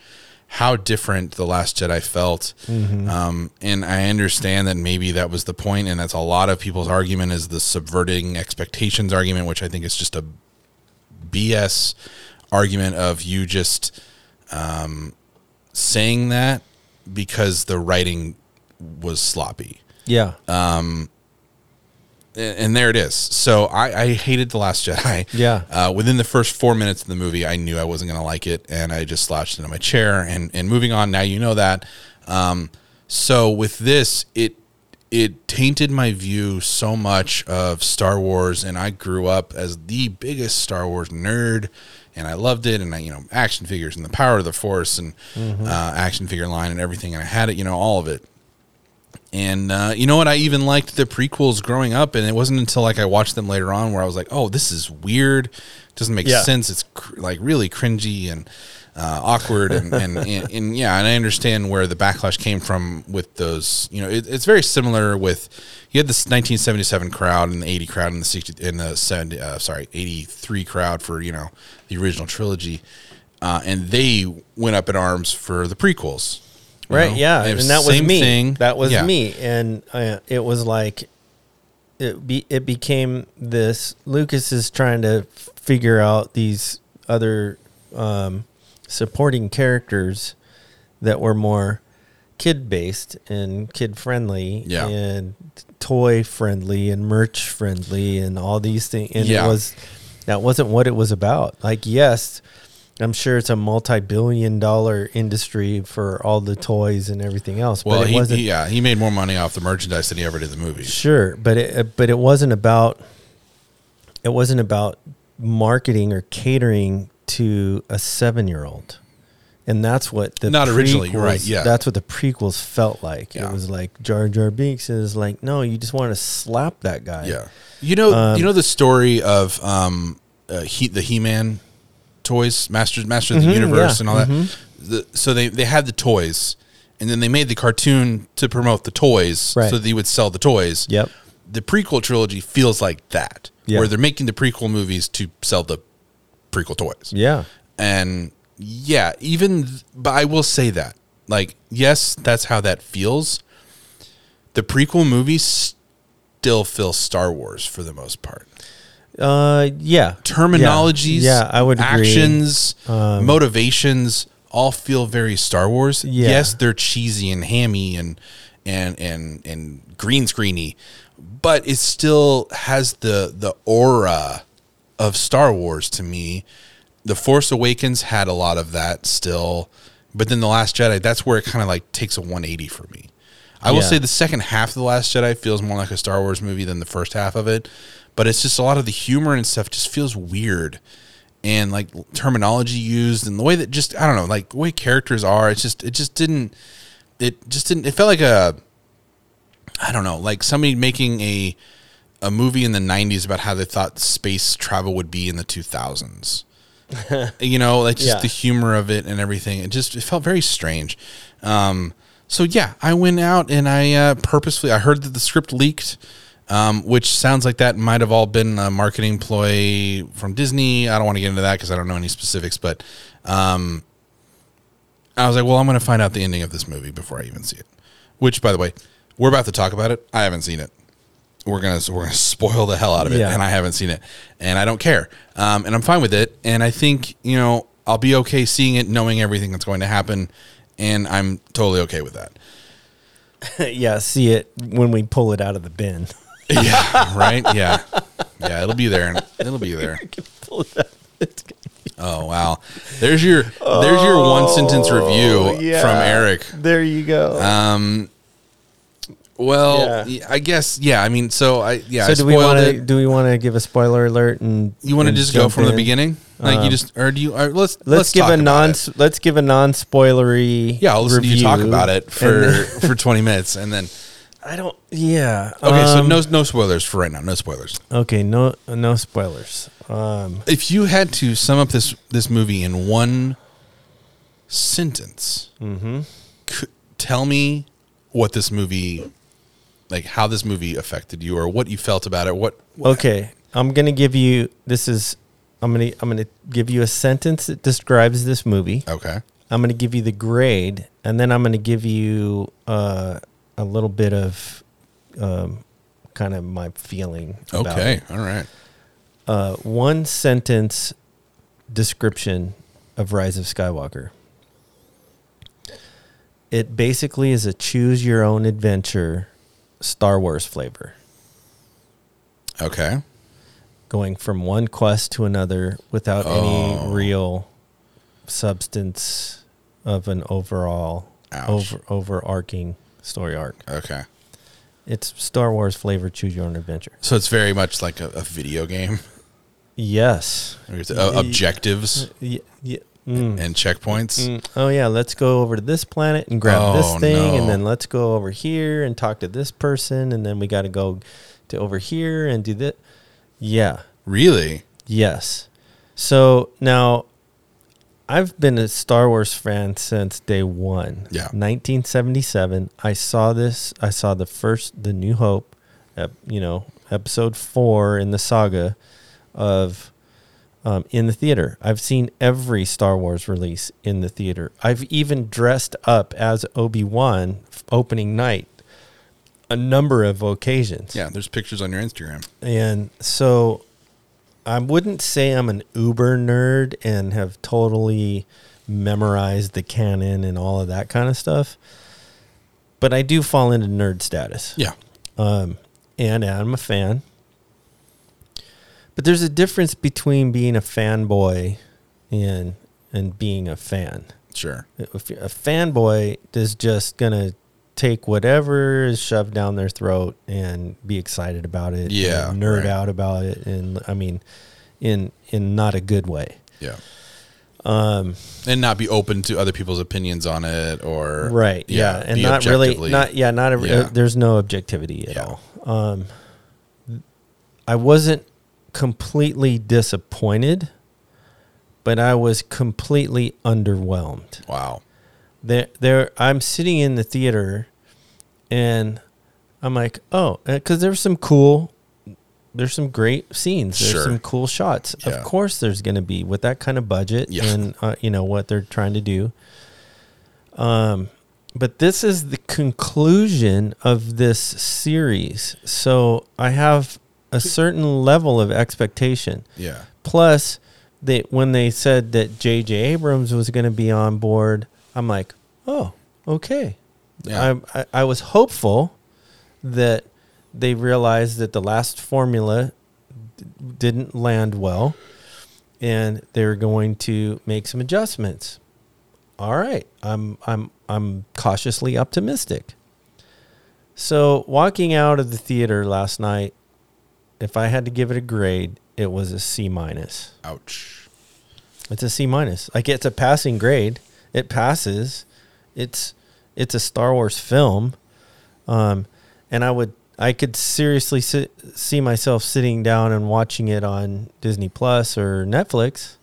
how different the Last Jedi felt. Um, and I understand that maybe that was the point, and that's a lot of people's argument is the subverting expectations argument, which I think is just a BS argument of you just um, saying that because the writing was sloppy.
yeah,
And and there it is. So I, I hated The Last Jedi.
Yeah.
Uh, within the first four minutes of the movie, I knew I wasn't going to like it, and I just slouched into my chair. And, and moving on, now you know that. Um, so with this, it it tainted my view so much of Star Wars, and I grew up as the biggest Star Wars nerd, and I loved it, and I you know action figures and the power of the Force and uh, action figure line and everything, and I had it, you know, all of it. And uh, you know what? I even liked the prequels growing up, and it wasn't until like I watched them later on where I was like, "Oh, this is weird. Doesn't make
Yeah.
sense. It's cr- like really cringy and uh, awkward." And, and, and and yeah, and I understand where the backlash came from with those. You know, it, it's very similar with you had this 1977 crowd and the 80 crowd and the 60 and the 70 uh, sorry 83 crowd for you know the original trilogy, uh, and they went up in arms for the prequels. you
right
know?
yeah
It
and that was
same
me
thing.
that was
Yeah.
me and uh, it was like it be it became this lucas is trying to figure out these other um, supporting characters that were more kid based and kid friendly
Yeah.
and toy friendly and merch friendly and all these things and
Yeah.
it was that wasn't what it was about like yes i'm sure it's a multi-billion dollar industry for all the toys and everything else
Well,
but it
he,
wasn't
he- yeah, he made more money off the merchandise than he ever did the movies.
Sure, but it but it wasn't about it wasn't about marketing or catering to a seven year old, and that's what the
Not originally, you're right,
prequels-
yeah.
that's what the prequels felt like.
Yeah.
It was like Jar Jar Binks is like, no, you just want to slap that guy.
Yeah, Um, you know, you know the story of um, uh, he the He Man toys, Masters Master of the Universe,
yeah,
and all that. The, so they they had the toys, and then they made the cartoon to promote the toys,
Right.
so that you would sell the toys.
Yep.
The prequel trilogy feels like that,
Yeah.
where they're making the prequel movies to sell the prequel toys.
yeah,
and yeah even th- but i will say that like yes that's how that feels the prequel movies still feel star wars for the most part
uh, yeah.
terminologies
Yeah, yeah I would agree. Um,
actions motivations all feel very star wars
Yeah.
yes they're cheesy and hammy and and and and green screeny but it still has the the aura of star wars to me the force awakens had a lot of that still but then the last jedi that's where it kind of like takes a 180 for me i will
Yeah.
say the second half of the last jedi feels more like a star wars movie than the first half of it but it's just a lot of the humor and stuff just feels weird and like terminology used and the way that just i don't know like the way characters are it's just it just didn't it just didn't it felt like a i don't know like somebody making a a movie in the 90s about how they thought space travel would be in the 2000s you know like just
Yeah.
the humor of it and everything it just it felt very strange um so yeah i went out and i uh, purposefully i heard that the script leaked um, which sounds like that might have all been a marketing ploy from disney i don't want to get into that because i don't know any specifics but I was like, well, I'm going to find out the ending of this movie before I even see it. Which, by the way, we're about to talk about it. I haven't seen it. We're gonna we're gonna spoil the hell out of it,
Yeah.
and I haven't seen it, and I don't care, um, and I'm fine with it. And I think you know I'll be okay seeing it, knowing everything that's going to happen, and I'm totally okay with that.
yeah, see it when we pull it out of the bin.
yeah, right. Yeah, yeah. It'll be there. It'll be there.
Pull it out. It's-
Oh wow. There's your there's your one sentence review
Oh, yeah.
from Eric. Uh,
There you go.
Well,
Yeah.
I guess yeah. I mean, so I yeah. I
so do we
spoiled
want
it.
to do we want to give a spoiler alert and
You want to
and
just go
jump
from the
in? Um,
beginning, like you just, or do you? Or let's let's,
Let's, give
talk
a
about
non
it.
let's give a non spoilery
Yeah, I'll listen
review.
to you talk about it for
And-
for twenty minutes, and then
I don't yeah
okay. so
um,
no no spoilers for right now. No spoilers.
okay no no spoilers um
If you had to sum up this this movie in one sentence,
Mm-hmm.
c- tell me what this movie, like how this movie affected you, or what you felt about it. What, what
okay I'm gonna give you this is I'm gonna I'm gonna give you a sentence that describes this movie
okay,
I'm gonna give you the grade and then I'm gonna give you uh, a little bit of um kind of my feeling about it.
okay, all right.
uh, one sentence description of Rise of Skywalker. It basically is a choose your own adventure Star Wars flavor,
Okay.
going from one quest to another without
Oh.
any real substance of an overall
Ouch.
over, overarching story arc.
Okay.
It's Star Wars flavor. Choose your own adventure.
So it's very much like a, a video game.
Yes.
There's, uh,
Ye-
objectives
Y- y- mm,
and checkpoints.
mm. Oh yeah, let's go over to this planet and grab this
Oh,
thing,
no.
and then let's go over here and talk to this person, and then we got to go to over here and do that. Yeah.
Really?
Yes. So now I've been a Star Wars fan since day one.
Yeah.
1977. I saw this. I saw the first, The New Hope, ep, you know, episode four in the saga of. Um, in the theater, I've seen every Star Wars release in the theater. I've even dressed up as Obi Wan opening night a number of occasions.
Yeah, there's pictures on your Instagram.
And so I wouldn't say I'm an uber nerd and have totally memorized the canon and all of that kind of stuff. But I do fall into nerd status.
Yeah.
Um, and I'm a fan. But there's a difference between being a fanboy and and being a fan
Sure.
if you're a fanboy is just gonna take whatever is shoved down their throat and be excited about it,
Yeah,
and nerd
right.
out about it, and I mean, in in not a good way,
Yeah.
Um,
and not be open to other people's opinions on it or
right? Yeah, and
be
not really,
objectively-
not yeah, not a,
Yeah.
there's no objectivity at
Yeah.
all. Um, I wasn't completely disappointed, but I was completely underwhelmed.
Wow.
there there I'm sitting in the theater and I'm like, "Oh, cuz there's some cool there's some great scenes. There's
Sure.
some cool shots.
Yeah.
Of course there's going to be with that kind of budget
Yeah.
and uh, you know what they're trying to do. Um but this is the conclusion of this series. So I have a certain level of expectation.
Yeah.
Plus, they when they said that J.J. Abrams was going to be on board, I'm like, oh, okay.
Yeah.
I, I I was hopeful that they realized that the last formula d- didn't land well, and they're going to make some adjustments. All right, I'm I'm I'm cautiously optimistic. So walking out of the theater last night, if I had to give it a grade, it was a C minus.
Ouch.
It's a C minus. Like it's a passing grade. It passes. It's it's a Star Wars film, um, and I would I could seriously sit, see myself sitting down and watching it on Disney Plus or Netflix.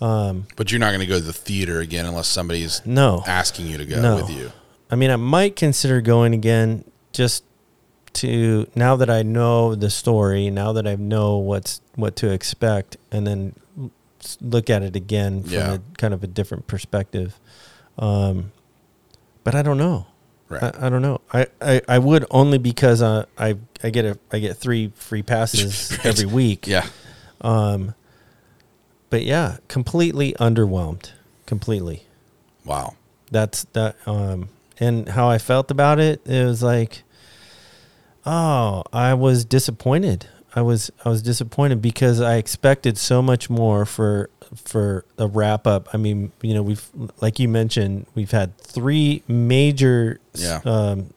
But you're not going to go to the theater again unless somebody's
No,
asking you to go
No.
with you.
I mean I might consider going again just to now that I know the story, now that I know what's what to expect, and then s- look at it again from
Yeah.
a kind of a different perspective. Um, but I don't know.
Right.
I, I don't know. I, I, I would only because uh, I I get a I get three free passes
Right.
every week.
yeah.
But yeah, completely underwhelmed. Completely.
Wow.
That's that. Um, and how I felt about it, it was like, oh, I was disappointed. I was I was disappointed because I expected so much more for for a wrap up. I mean, you know, we've like you mentioned, we've had three major
Yeah.
um,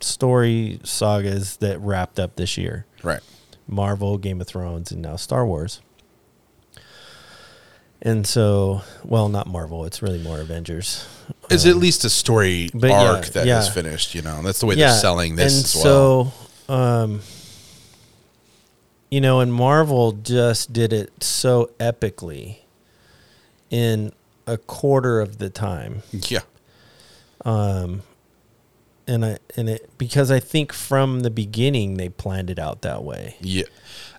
story sagas that wrapped up this year.
Right.
uh, Marvel, Game of Thrones, and now Star Wars. And so, well, not Marvel. It's really more Avengers.
It's at least a story
but yeah,
arc that is
yeah.
finished, you know. That's the way they're selling this
And
as well.
so, um, you know, and Marvel just did it so epically in a quarter of the time.
Yeah.
um, and I and it because I think from the beginning they planned it out that way.
Yeah.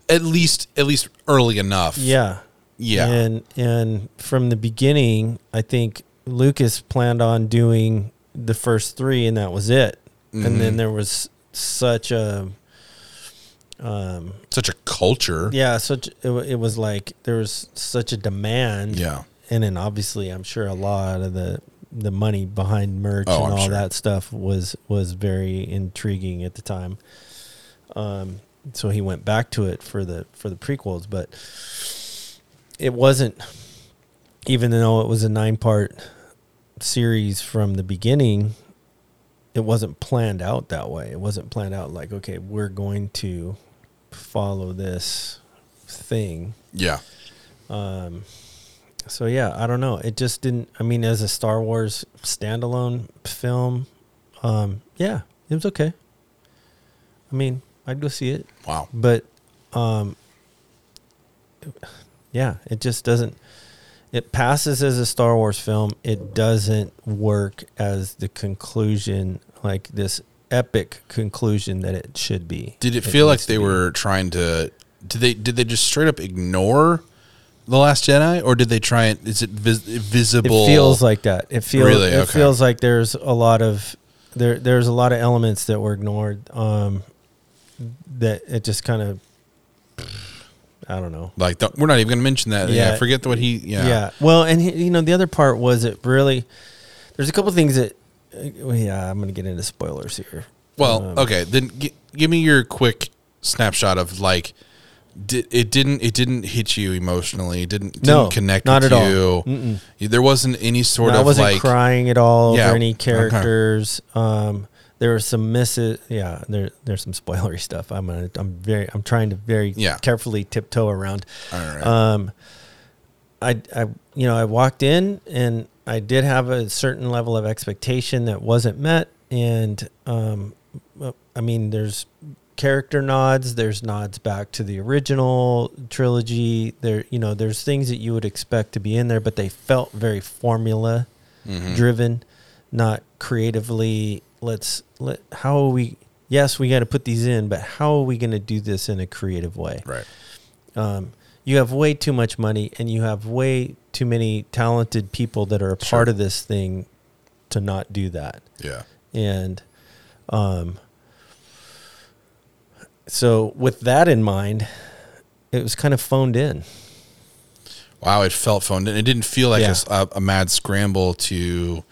At least at least early enough.
Yeah,
Yeah.
And and from the beginning, I think Lucas planned on doing the first three, and that was it. And
Mm-hmm.
then there was such a um
Such a culture.
yeah such it, wa- it was like there was such a demand
Yeah.
and then obviously I'm sure a lot of the the money behind merch
Oh,
and
I'm
all
sure.
that stuff was was very intriguing at the time. Um, so he went back to it for the for the prequels, but it wasn't even though it was a nine part series from the beginning. it wasn't planned out that way. It wasn't planned out like, okay, we're going to follow this thing.
Yeah.
So yeah, I don't know. It just didn't. I mean, as a Star Wars standalone film, um, yeah, it was okay. I mean, I'd go see it,
Wow.
but um, yeah, it just doesn't. It passes as a Star Wars film. It doesn't work as the conclusion, like this epic conclusion that it should be.
Did it feel like
needs to
they
be.
were trying to? Did they did they just straight up ignore the Last Jedi, or did they try it? Is it vis-
It
visible?
feels like that. It feels.
Really?
It
Okay.
feels like there's a lot of there. There's a lot of elements that were ignored. Um, that it just kind of. I don't know.
like don't- we're not even going to mention that. Yeah.
Yeah.
Forget what he.
Yeah.
Yeah.
Well, and he, you know the other part was it really. There's a couple things that. uh, Yeah, I'm gonna get into spoilers here.
Well,
Um,
okay. Then g- give me your quick snapshot of like. Did, it didn't. It didn't hit you emotionally. It didn't. didn't
No,
connect
not
with
at all.
you.
Mm-mm.
You- There wasn't any sort
I
of
wasn't
like.
crying at all
Yeah,
over any
okay.
characters. Um, there were some misses. Yeah, there there's some spoilery stuff. I'm gonna, I'm very I'm trying to very
Yeah.
carefully tiptoe around.
All right.
Um, I I you know I walked in and I did have a certain level of expectation that wasn't met, and um, uh, I mean there's character nods, there's nods back to the original trilogy. There you know there's things that you would expect to be in there, but they felt very formula driven, not creatively. Let's let how are we? Yes, we got to put these in, but how are we going to do this in a creative way?
right.
um, you have way too much money and you have way too many talented people that are a part
Sure.
of this thing to not do that
Yeah.
and um, so with that in mind it was kind of phoned in
Wow, it felt phoned in. It didn't feel like
Yeah.
a s- a, a mad scramble to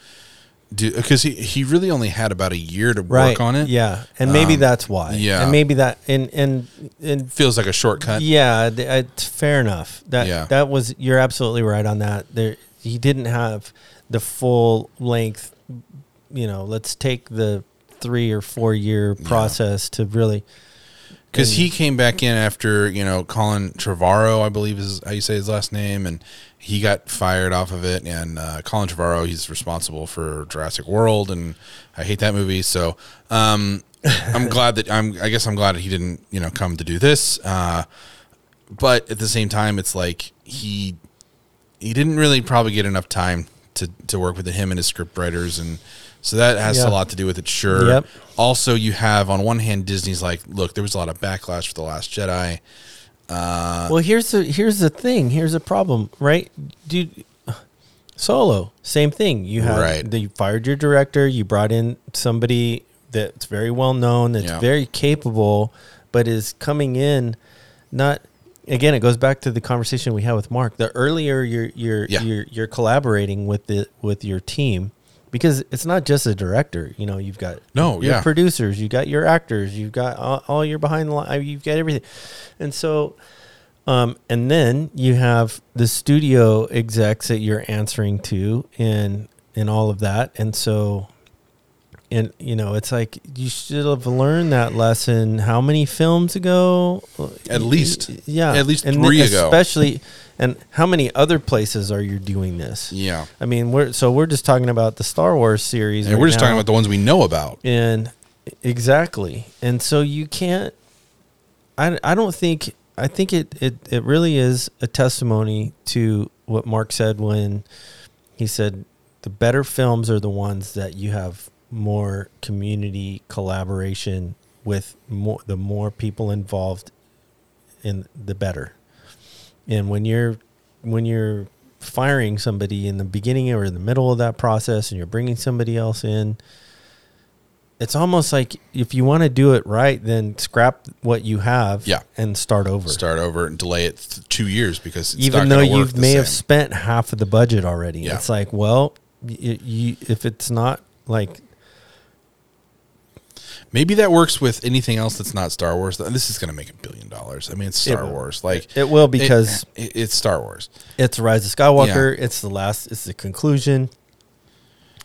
do because he, he really only had about a year to work on it.
yeah and maybe
Um,
that's why
yeah.
and maybe that and and and
feels like a shortcut.
yeah th- it's fair enough that
Yeah.
that was you're absolutely right on that there he didn't have the full length you know let's take the three or four year process to really
because he came back in after you know Colin Trevorrow, I believe is how you say his last name, and he got fired off of it. And uh, Colin Trevorrow, he's responsible for Jurassic World, and I hate that movie. So um, I'm glad that I'm. I guess I'm glad that he didn't you know come to do this. Uh, but at the same time, it's like he he didn't really probably get enough time to to work with him and his script writers and. So that has
Yeah.
a lot to do with it, sure.
Yep.
Also, you have on one hand Disney's like, look, there was a lot of backlash for the Last Jedi.
well here's the here's the thing here's the problem right dude solo same thing you had
Right.
the, you fired your director you brought in somebody that's very well known that's
Yeah.
very capable but is coming in not again it goes back to the conversation we had with mark the earlier you're you're
Yeah.
you're, you're collaborating with the with your team because it's not just a director you know you've got
No,
your
yeah.
producers you've got your actors you've got all, all your behind the line you've got everything and so um, and then you have the studio execs that you're answering to and and all of that. And so and you know, it's like you should have learned that lesson how many films ago?
At least.
Yeah.
At least
and
three
then
ago.
Especially and how many other places are you doing this?
Yeah.
I mean, we're so we're just talking about the Star Wars series.
And
right
we're just
now.
talking about the ones we know about.
And exactly. And so you can't I, I don't think I think it, it it really is a testimony to what Mark said when he said the better films are the ones that you have more community collaboration with more the more people involved in the better. And when you're when you're firing somebody in the beginning or in the middle of that process and you're bringing somebody else in it's almost like if you want to do it right then scrap what you have
Yeah.
and start over
Start over and delay it th- two years because it's
even
not
though
gonna
you
work the
may have
same.
spent half of the budget already
Yeah.
it's like well y you, if it's not like
maybe that works with anything else that's not Star Wars. This is going to make a billion dollars. I mean, it's
It
Star
will.
Wars. Like
it will because
it- it's Star Wars.
It's Rise of Skywalker. It's the last. It's the conclusion.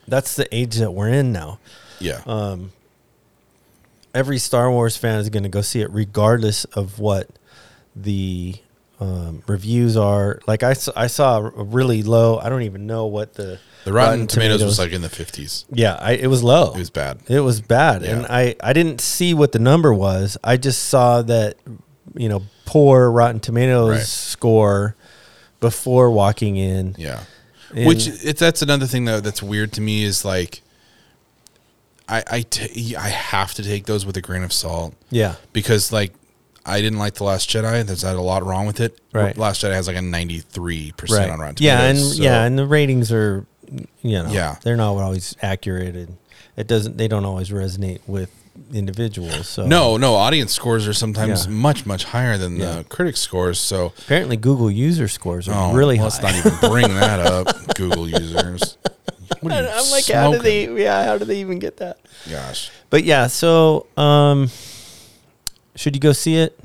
That's the age that we're in now.
Yeah.
every Star Wars fan is going to go see it, regardless of what the um, reviews are. Like I, s- I saw a really low. I don't even know what the
the Rotten, tomatoes, was like in the 50s.
Yeah, I, it was low.
It was bad.
It was bad,
Yeah.
and I I didn't see what the number was. I just saw that you know poor Rotten Tomatoes
Right.
score before walking in.
Yeah.
And-
Which it, that's another thing though that's weird to me is like I I ta- I have to take those with a grain of salt
Yeah,
because like I didn't like the Last Jedi. There's not a lot wrong with it.
Right.
Last Jedi has like a 93
right.
percent on Rotten Tomatoes.
yeah, and
so-
yeah, and the ratings are you know
Yeah.
they're not always accurate. And it doesn't they don't always resonate with individuals. So
no, no, audience scores are sometimes
Yeah.
much much higher than
Yeah.
the critic scores. So
apparently Google user scores are
Oh,
really high.
let's not even bring that up, Google users. What are you
I'm like, how do
smoking?
they? Yeah, how do they even get that?
Gosh,
But yeah, so um, should you go see it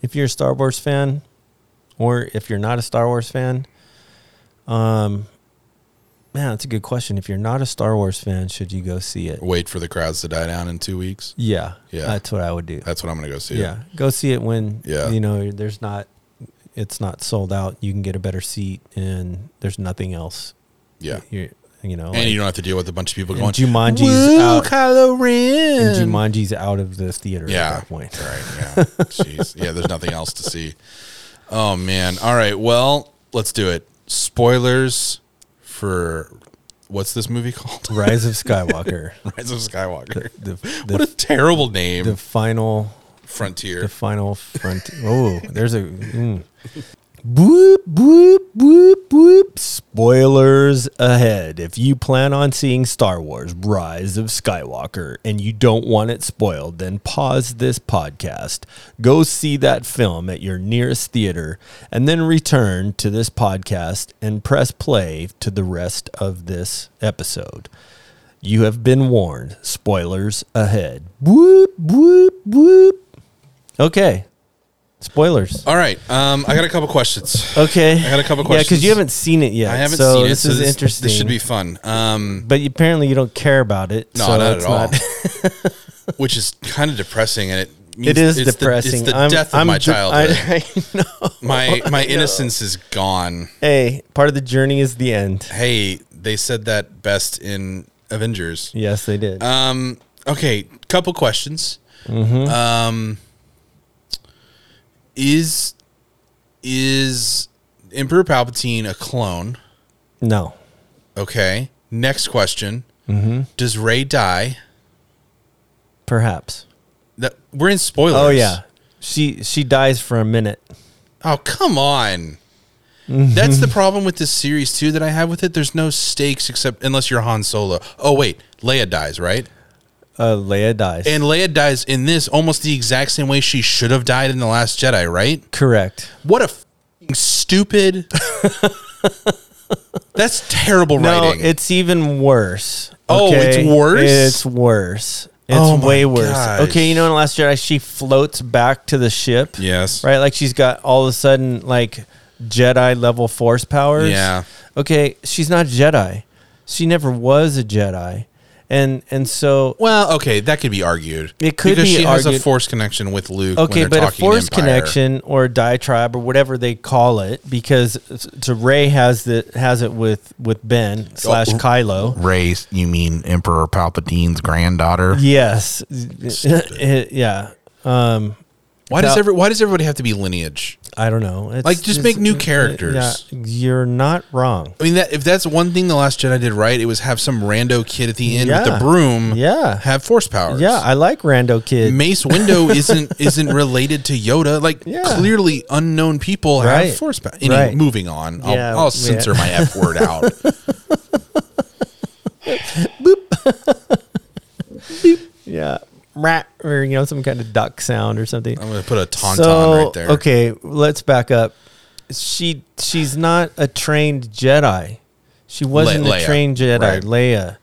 if you're a Star Wars fan, or if you're not a Star Wars fan? Um, man, that's a good question. If you're not a Star Wars fan, should you go see it?
wait for the crowds to die down in two weeks.
Yeah,
Yeah.
that's what I would do.
That's what I'm gonna go see.
yeah, go see it when
Yeah.
you know there's not, it's not sold out. You can get a better seat, and there's nothing else.
yeah.
you you know,
And you don't have to deal with a bunch of people
and
going.
Jumanji's
"Woo,
out.
Kylo Ren.
and Jumanji's out of the theater
yeah.
at that
Right.
point.
Yeah. Jeez. Yeah. There's nothing else to see. Oh man. All right. Well, let's do it. Spoilers for what's this movie called?
Rise of Skywalker.
Rise of Skywalker.
the,
what a
the,
terrible name.
the final
Frontier.
the final front oh there's a mm. boop boop boop boop spoilers ahead if you plan on seeing star wars rise of skywalker and you don't want it spoiled then pause this podcast go see that film at your nearest theater and then return to this podcast and press play to the rest of this episode you have been warned. Spoilers ahead. Whoop, whoop, whoop. Okay. Spoilers.
All right. Um, I got a couple questions.
Okay.
I got a couple
Yeah, because
questions.
you haven't seen it yet.
I haven't
so
seen it.
This
so
is interesting.
This should be fun. Um,
But you- apparently you don't care about it.
no,
so
not
it's
at all. Which is kind of depressing, and it means
It is
it's the-
depressing.
it's the
I'm,
death of
I'm
my
dr-
childhood.
I, I know.
my my innocence is gone.
Hey, part of the journey is the end.
Hey, they said that best in Avengers.
Yes, they did.
Um, okay, couple questions.
Mm-hmm.
Um, is is Emperor Palpatine a clone?
no.
Okay. Next question.
Mm-hmm.
Does Ray die?
Perhaps.
That we're in spoilers.
Oh yeah. She she dies for a minute.
Oh come on.
Mm-hmm.
That's the problem with this series too that I have with it. There's no stakes except unless you're Han Solo. Oh wait, Leia dies, right?
Uh Leia dies.
And Leia dies in this almost the exact same way she should have died in the Last Jedi, right?
Correct.
What a fing stupid. That's terrible writing.
No, it's even worse.
Oh, it's worse?
It's worse. It's
Oh my
way worse.
gosh.
Okay, you know in Last Jedi she floats back to the ship.
Yes.
Right? Like she's got all of a sudden like Jedi level force powers.
Yeah.
Okay, she's not Jedi. She never was a Jedi. And and so
well, okay, that could be argued.
It could
because
be
she has a
argued.
force connection with Luke. when
Okay,
they're
but a
talking
force
Empire.
connection or a diatribe or whatever they call it, because to Ray has the has it with with Ben slash
Oh.
Kylo.
Ray, you mean Emperor Palpatine's granddaughter?
Yes. yeah. Um,
Why does
Now-
every Why does everybody have to be lineage?
I don't know. It's,
Like, just make new characters.
Yeah, you're not wrong.
I mean, that if that's one thing the Last Jedi did right, it was have some rando kid at the end with
Yeah.
the broom,
Yeah.
have force powers.
Yeah, I like Rando Kid.
Mace Window isn't isn't related to Yoda. Like
Yeah.
clearly unknown people
Right.
have force powers. Anyway,
Right.
moving on. I'll,
Yeah,
I'll censor
yeah.
my F word out.
yeah. Rat, or, you know, some kind of duck sound or something.
I'm gonna put a Oh, tauntaun right there.
Okay, let's back up. She she's not a trained Jedi. She wasn't
Leia,
a trained Jedi,
right.
Leia.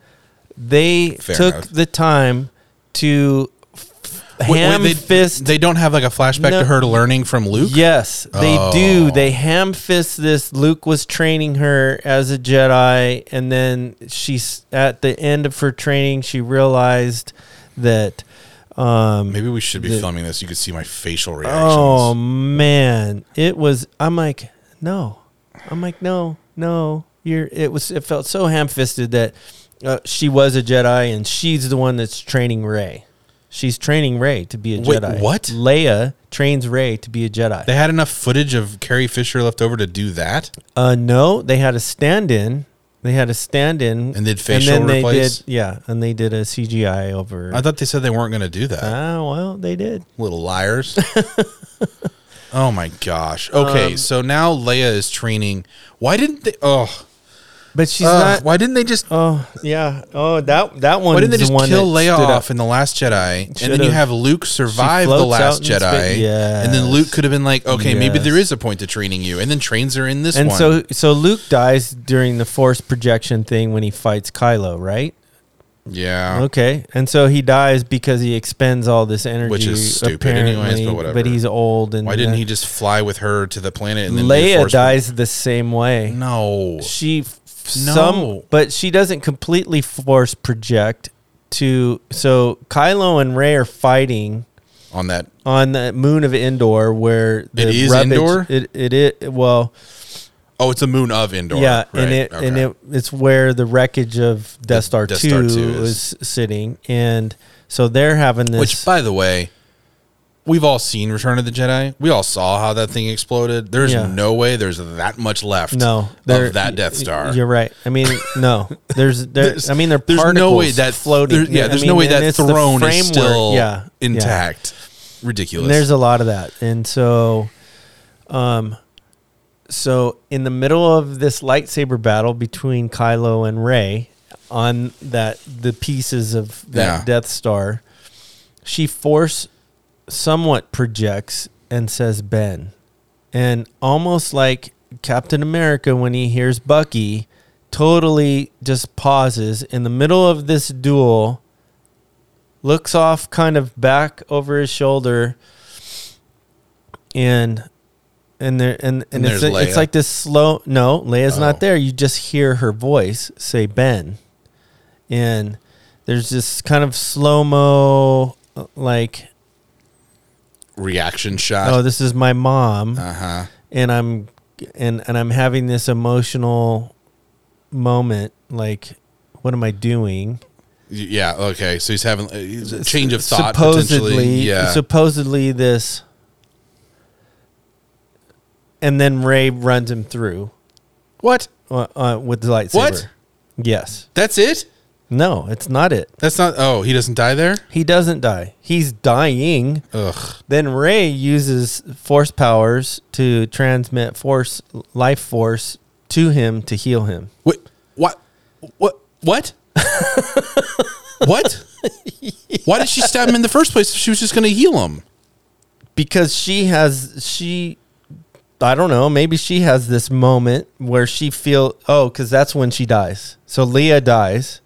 They
Fair
took
enough.
the time to f-
Wait, wait,
ham
they,
fist.
They don't have like a flashback
No.
to her learning from Luke.
yes, they do.
Oh.
They ham fist this. Luke was training her as a Jedi, and then she's at the end of her training. She realized that. Um,
Maybe we should be
The-
filming this. You could see my facial reactions.
oh man, it was. I'm like, no, I'm like, no, no. You're. It was. It felt so ham fisted that uh, she was a Jedi, and she's the one that's training Ray. She's training Ray to be a
Wait,
Jedi.
what?
Leia trains Ray to be a Jedi.
They had enough footage of Carrie Fisher left over to do that.
Uh, no, they had a stand-in. They had a stand-in,
And did facial replace?
They did, yeah, and they did a CGI over.
I thought they said they weren't going to do that.
ah, well, they did.
Little liars. oh my gosh.
Um,
Okay, so now Leia is training. Why didn't they? Oh,
But she's
ugh,
not.
why didn't they just?
Oh yeah. Oh that that
Uh,
one.
Why didn't they just
the one
kill
that
Leia
stood out.
off in the Last Jedi, and then
Should've.
you have Luke survive the
floats
Last
out in
Jedi,
space.
and then Luke
Yes.
could have been like, okay, maybe
Yes.
there is a point to training you, and then trains her in this
And
one.
so so Luke dies during the Force projection thing when he fights Kylo, right?
yeah,
Okay, and so he dies because he expends all this energy,
Which is stupid anyways, but
apparently,
whatever.
But he's old, and
why didn't
uh,
he just fly with her to the planet and then do
Leia
Force-
dies the same way.
No,
she f-
No.
some but she doesn't completely force project to so Kylo and Ray are fighting
on that
on the moon of Endor where the
It is
rubbish-
Endor?
it it, it well
Oh, it's a moon of Endor.
yeah
right,
and it and
okay.
it it's where the wreckage of Death Star,
Death
2,
Star 2
is. sitting and so they're having this
Which, by the way, we've all seen Return of the Jedi. We all saw how that thing exploded. There's
Yeah.
no way there's that much left.
no they're-
of that Death
y-
Star.
You're right. I mean, no. There's, there,
There's-
I mean, they're
there's no way
particles
that
floating.
there- yeah,
I
there's
mean,
no way
and
that
it's the
throne is
framework.
still
yeah, yeah.
intact. Ridiculous.
There's a lot of that. And so um so in the middle of this lightsaber battle between Kylo and Rey on that the pieces of that
Yeah.
Death Star, she force somewhat projects and says Ben. And almost like Captain America when he hears Bucky totally just pauses in the middle of this duel looks off kind of back over his shoulder and and there and,
And
and, it's,
there's Leia.
it's like this slow no leia's
Oh.
not there you just hear her voice say ben and there's this kind of slow mo like
reaction
oh
shot.
this is my mom
uh huh.
and i'm and and i'm having this emotional moment like what am i doing
Yeah. Okay. So he's having uh, a change of thought.
supposedly
potentially. Yeah.
supposedly this and then ray runs him through
what?
uh, uh, with the lightsaber
What?
yes
That's it.
no it's not it
That's not. Oh, he doesn't die there.
he doesn't die he's dying
Ugh.
then ray uses force powers to transmit force life force to him to heal him
Wait, what? What? What? what? Why did she stab him in the first place if she was just going to heal him?
because she has she I don't know, maybe she has this moment where she feel oh cuz that's when she dies. So Leah dies.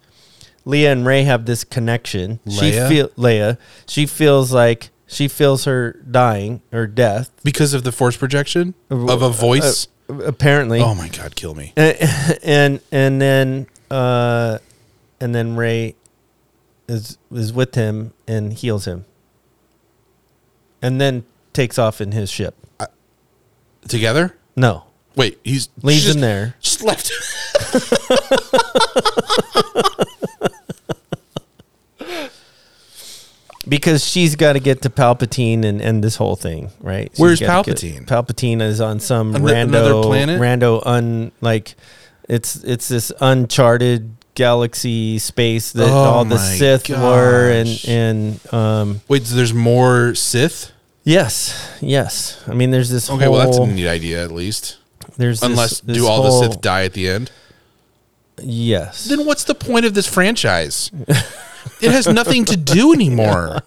Leah and Ray have this connection.
Leia?
She feel Leia, she feels like she feels her dying or death
Because of the force projection of a voice?
uh, apparently.
oh my God, kill me.
And, and and then uh and then Ray is is with him and heals him. And then takes off in his ship.
Together?
No.
Wait, he's.
Leaves
she just-
him there.
Just left.
because she's got to get to Palpatine and end this whole thing, right? She's
Where's
gotta get-
Palpatine?
Palpatine is on some
Ano-
rando
another planet?
rando un like it's it's this uncharted galaxy space that
Oh
all the
my
Sith were and
gosh.
and um
Wait, so there's more Sith?
yes yes I mean there's this
Okay,
whole,
well, that's a neat idea at least.
there's this-
Unless,
this
do all
whole-
the Sith die at the end?
yes
Then what's the point of this franchise? it has nothing to do anymore.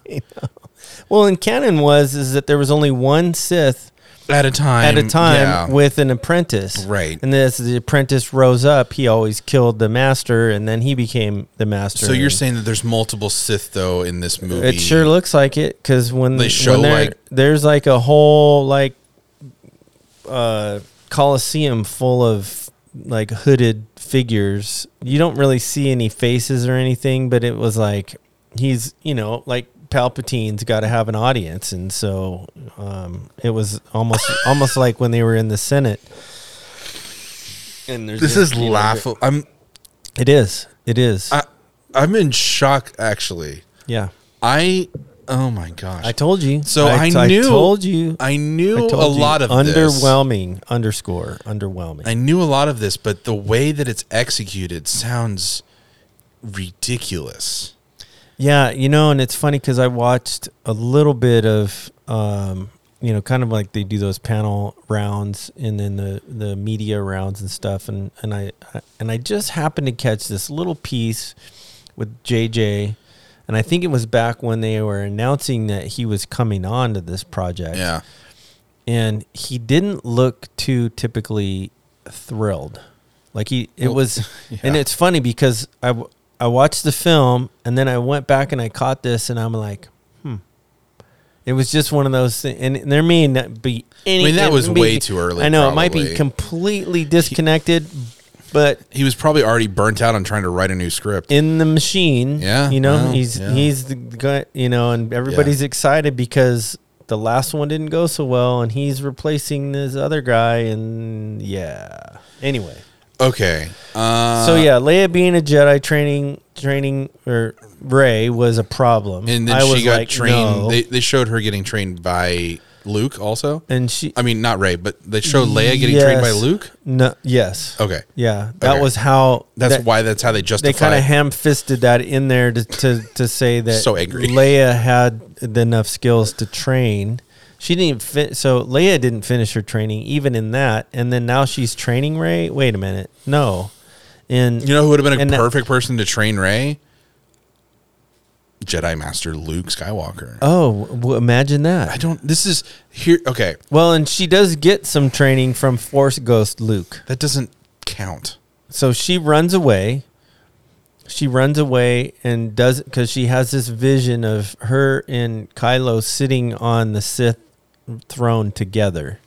Well, in canon was is that there was only one Sith
at a time.
at a time
yeah.
with an apprentice.
Right.
And then as the apprentice rose up, he always killed the master, and then he became the master.
so you're
And
saying that there's multiple Sith though in this movie?
it sure looks like it because when
They
when
show,
they're-
like-
there's like a whole like uh coliseum full of like hooded figures. You don't really see any faces or anything, but it was like he's you know like. Palpatine's got to have an audience, and so um, it was almost almost like when they were in the Senate. And there's
This
just,
is
you know,
laughable. I'm
It is. It is.
I, I'm in shock actually.
yeah.
I oh my gosh.
I told you.
so I,
I
knew
told you.
I knew
I told
a
you,
lot of this.
underwhelming underscore underwhelming.
I knew a lot of this, but the way that it's executed sounds ridiculous.
yeah, you know, and it's funny because I watched a little bit of, um, you know, kind of like they do those panel rounds and then the the media rounds and stuff, and and I I- and I just happened to catch this little piece with JJ. And I think it was back when they were announcing that he was coming on to this project.
Yeah.
and he didn't look too typically thrilled. Like he, it
Well,
was,
yeah.
and it's funny because I, w- I watched the film and then I went back and I caught this and I'm like, hmm. It was just one of those things, and there may not be any.
I mean, that
it
was
may-
way too early,
I know it might be
probably.
completely disconnected, but
He was probably already burnt out on trying to write a new script.
in the machine.
Yeah,
you know,
well,
he's
yeah.
he's the guy, you know, and everybody's excited because the last one didn't go so well, and he's replacing this other guy, and yeah. Anyway,
okay. Uh,
so yeah, Leia being a Jedi training training or Ray was a problem,
and then
I
she
was
got
like,
trained.
no.
They, they showed her getting trained by Luke also.
and she
I mean, not Ray, but they showed Leia getting trained by
Yes.
Luke.
no yes
Okay.
yeah that
Okay.
was how
That's
that-
why that's how they
they
justify
kind of
it.
ham fisted that in there to, to, to say that
So angry.
Leia had the enough skills to train. She didn't fit, so Leia didn't finish her training even in that, and then now she's training Ray. Wait a minute, no, and
You know who would have been
And
a
that-
perfect person to train Ray? Jedi Master Luke Skywalker.
oh, w- imagine
I
that.
don't. This is here. Okay,
Well, and she does get some training from Force Ghost Luke.
that doesn't count.
so she runs away she runs away and does because she has this vision of her and Kylo sitting on the Sith throne together,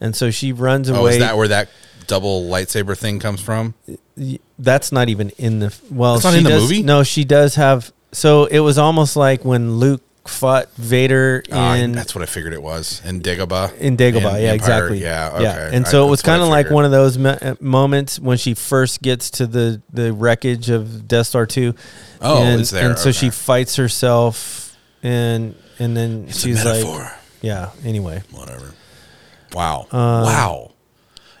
and so she runs
Oh,
away.
is that where that double lightsaber thing comes from?
Y- That's not even in the well.
It's not
she
in the
does-
movie?
No, she does have. So it was almost like when Luke fought Vader
Ah,
in
that's what I figured it was in Dagobah.
in Dagobah.
In
yeah,
Empire.
exactly.
Yeah, okay.
And
I-
so it was
that's what I
kind of like
figured.
one of those mo- uh, moments when she first gets to the the wreckage of Death Star Two.
Oh,
and,
it's there,
And so she
okay.
fights herself, and and then
It's
she's
a metaphor.
like, yeah. Anyway,
Whatever. Wow.
Uh,
wow.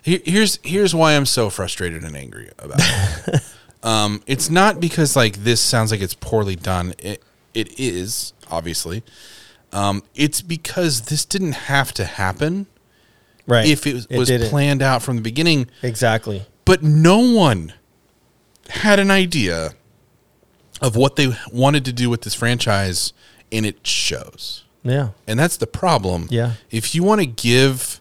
Here- Here's here's why I'm so frustrated and angry about it. um, it's not because like this sounds like it's poorly done. It it is obviously. Um, it's because this didn't have to happen
right.
if it, was
didn't.
planned out from the beginning.
exactly.
But no one had an idea of what they wanted to do with this franchise, and it shows.
Yeah.
And that's the problem.
Yeah.
If you want to give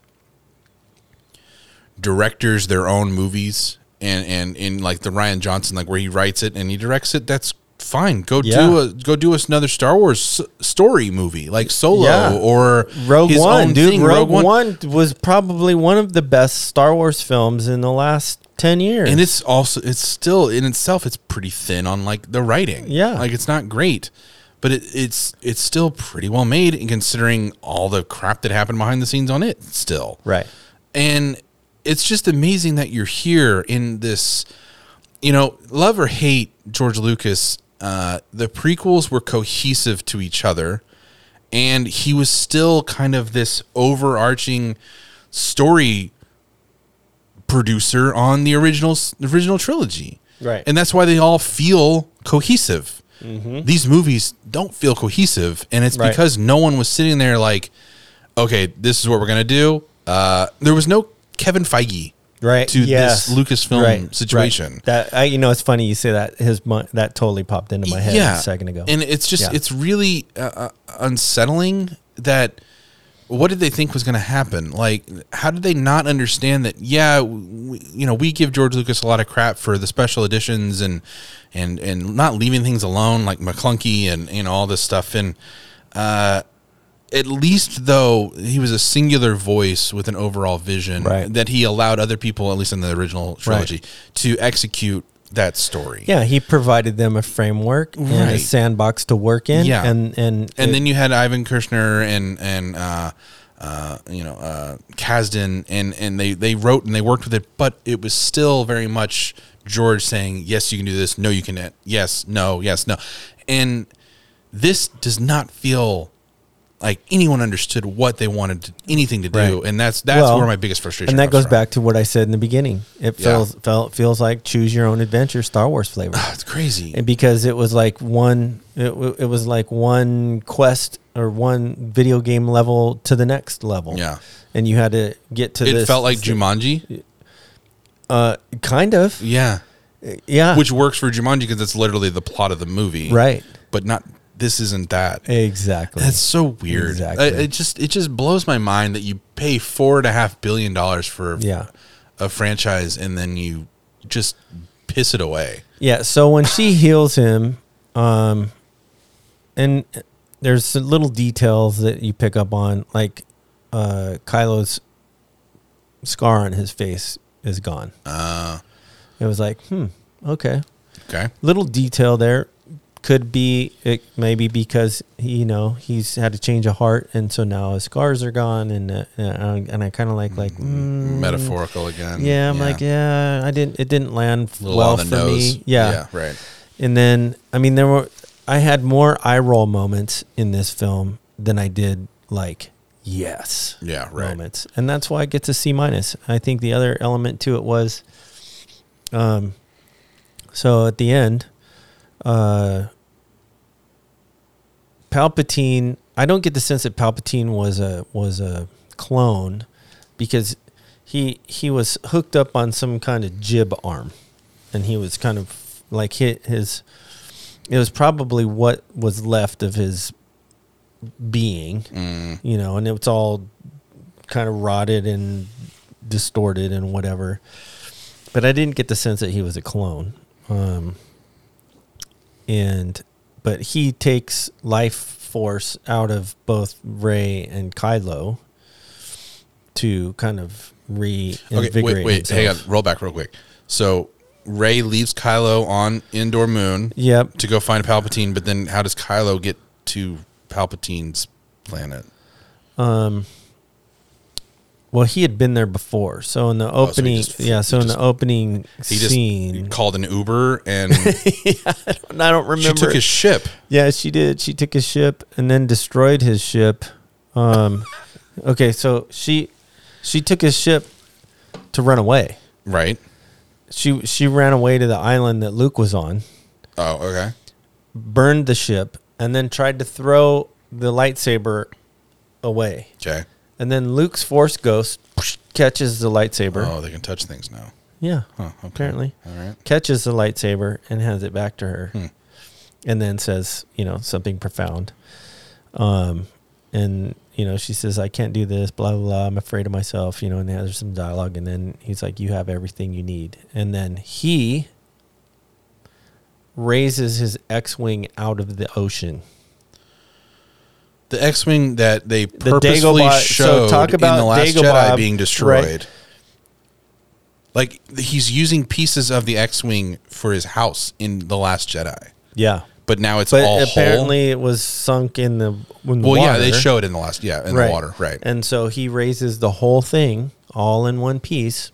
directors their own movies and and in like the Ryan Johnson like where he writes it and he directs it, that's fine. Go do
Yeah.
a go do us another Star Wars s- story movie like Solo
Yeah.
or
Rogue
his
One,
own
dude.
thing,
Rogue, One was probably one of the best Star Wars films in the last ten years.
And it's also it's still in itself it's pretty thin on like the writing.
Yeah.
like it's not great, but it, it's it's still pretty well made. And considering all the crap that happened behind the scenes on it, still
right.
and it's just amazing that you're here in this you know love or hate george lucas uh, the prequels were cohesive to each other and he was still kind of this overarching story producer on the original original trilogy
Right. Mm-hmm.
and that's why they all feel cohesive these movies don't feel cohesive and it's
Right.
because no one was sitting there like okay, this is what we're gonna do. Uh, there was no Kevin Feige
right
to
yes.
this Lucasfilm
Right, right.
situation.
That I, you know, it's funny you say that. His mi- that totally popped into my head a second ago.
and it's just
Yeah.
it's really uh, uh, unsettling that what did they think was going to happen? Like, how did they not understand that? Yeah, we, you know, we give George Lucas a lot of crap for the special editions and and and not leaving things alone, like McClunky and you know all this stuff. And uh, at least though he was a singular voice with an overall vision
Right.
that he allowed other people, at least in the original trilogy, to execute that story.
Yeah, he provided them a framework and a
Right.
sandbox to work in.
Yeah.
and and
and
it-
then you had Ivan Kirshner and and uh, uh, you know uh, Kasdan, and and they they wrote and they worked with it, but it was still very much George saying yes, you can do this, no, you can, yes, no, yes, no, and this does not feel like anyone understood what they wanted to, anything to do,
Right.
and that's that's
Well,
where my biggest frustration.
and that
comes
goes
from.
back to what I said in the beginning. It
Yeah.
feels felt feels like choose your own adventure Star Wars flavor.
Ah, It's crazy.
and because it was like one it, w- it was like one quest or one video game level to the next level
Yeah.
and you had to get to
it
this
felt like Jumanji.
uh kind of
Yeah.
yeah
Which works for Jumanji because it's literally the plot of the movie.
right
But not this isn't that.
exactly
That's so weird.
Exactly.
I- it just it just blows my mind that you pay four and a half billion dollars for
Yeah.
a franchise and then you just piss it away.
yeah so when she heals him um and there's some little details that you pick up on like uh Kylo's scar on his face is gone
Uh,
it was like hmm okay
okay.
little detail there could be it maybe because he, you know he's had a change of heart and so now his scars are gone and uh, and I- and I kind of like like mm,
Metaphorical again.
yeah I'm like yeah I didn't it didn't land
Little
well
on the
for
nose.
me yeah.
Right.
and then I mean there were I had more eye roll moments in this film than I did like yes
Yeah. Right.
moments, and that's why it gets a C minus. I think the other element to it was, um, so at the end, uh, Palpatine. I don't get the sense that Palpatine was a was a clone, because he he was hooked up on some kind of jib arm, and he was kind of like hit his. It was probably what was left of his being
Mm,
you know, and it's all kind of rotted and distorted and whatever. But I didn't get the sense that he was a clone. Um, and but he takes life force out of both Ray and Kylo to kind of reinvigorate.
okay. Wait. Wait. Hang on.
himself.
Roll back real quick. So Ray leaves Kylo on Indoor Moon
Yep.
to go find Palpatine, but then how does Kylo get to Palpatine's planet?
Well, he had been there before. So in the
Oh, so he
opening,
just-
yeah. So
he
in
just-
the opening
He just
scene,
called an Uber and
and I don't remember.
she took his ship.
Yeah, she did. She took his ship and then destroyed his ship. Um, okay, so she she took his ship to run away.
Right.
She she ran away to the island that Luke was on,
Oh, okay.
burned the ship, and then tried to throw the lightsaber away.
Okay.
And then Luke's force ghost catches the lightsaber.
Oh, they can touch things now.
Yeah,
Huh, okay.
apparently.
All right.
catches the lightsaber and hands it back to her
Hmm.
and then says you know something profound um and you know she says i can't do this blah blah blah i'm afraid of myself you know and there's some dialogue and then he's like you have everything you need and then he raises his x-wing out of the ocean
The X-wing that they
The
purposefully
Dagobah- so
showed
talk
in
about
the Last
Dagobah,
Jedi being destroyed. Like he's using pieces of the X-wing for his house in the Last Jedi,
yeah
but now it's
but
all
apparently it was sunk in the, in the
Whole. Well, yeah, they
water.
show it in the last. Yeah, in the water. Right.
And so he raises the whole thing all in one piece